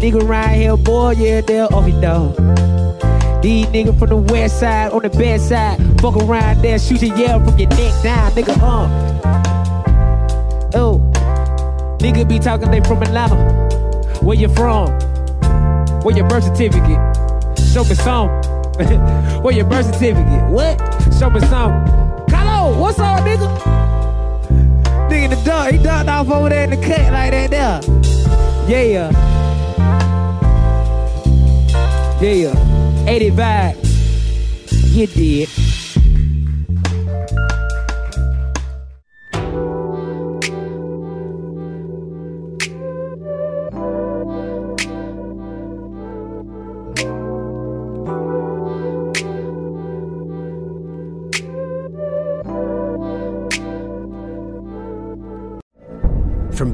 S13: Nigga right here, boy, yeah, they'll off your dog. These niggas from the west side, on the best side, fuck around there, shoot your yell from your neck down, nigga, uh. Oh, nigga be talking they from Atlanta. Where you from? Where your birth certificate? Show me some. (laughs) Where your birth certificate? What? Show me some. Carlo, what's up, nigga? Nigga, the dog, he ducked off over there in the cut like that there. Yeah. Yeah. 80 vibes. You did.
S15: From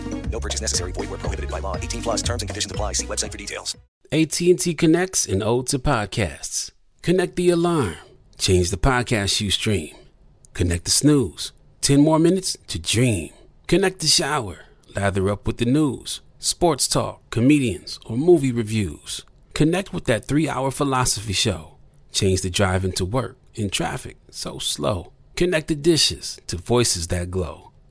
S16: No purchase necessary. Void where prohibited by law. 18 plus terms and conditions apply. See website for details.
S9: AT&T connects and ode to podcasts. Connect the alarm. Change the podcast you stream. Connect the snooze. 10 more minutes to dream. Connect the shower. Lather up with the news, sports talk, comedians, or movie reviews. Connect with that three hour philosophy show. Change the drive into work in traffic so slow. Connect the dishes to voices that glow.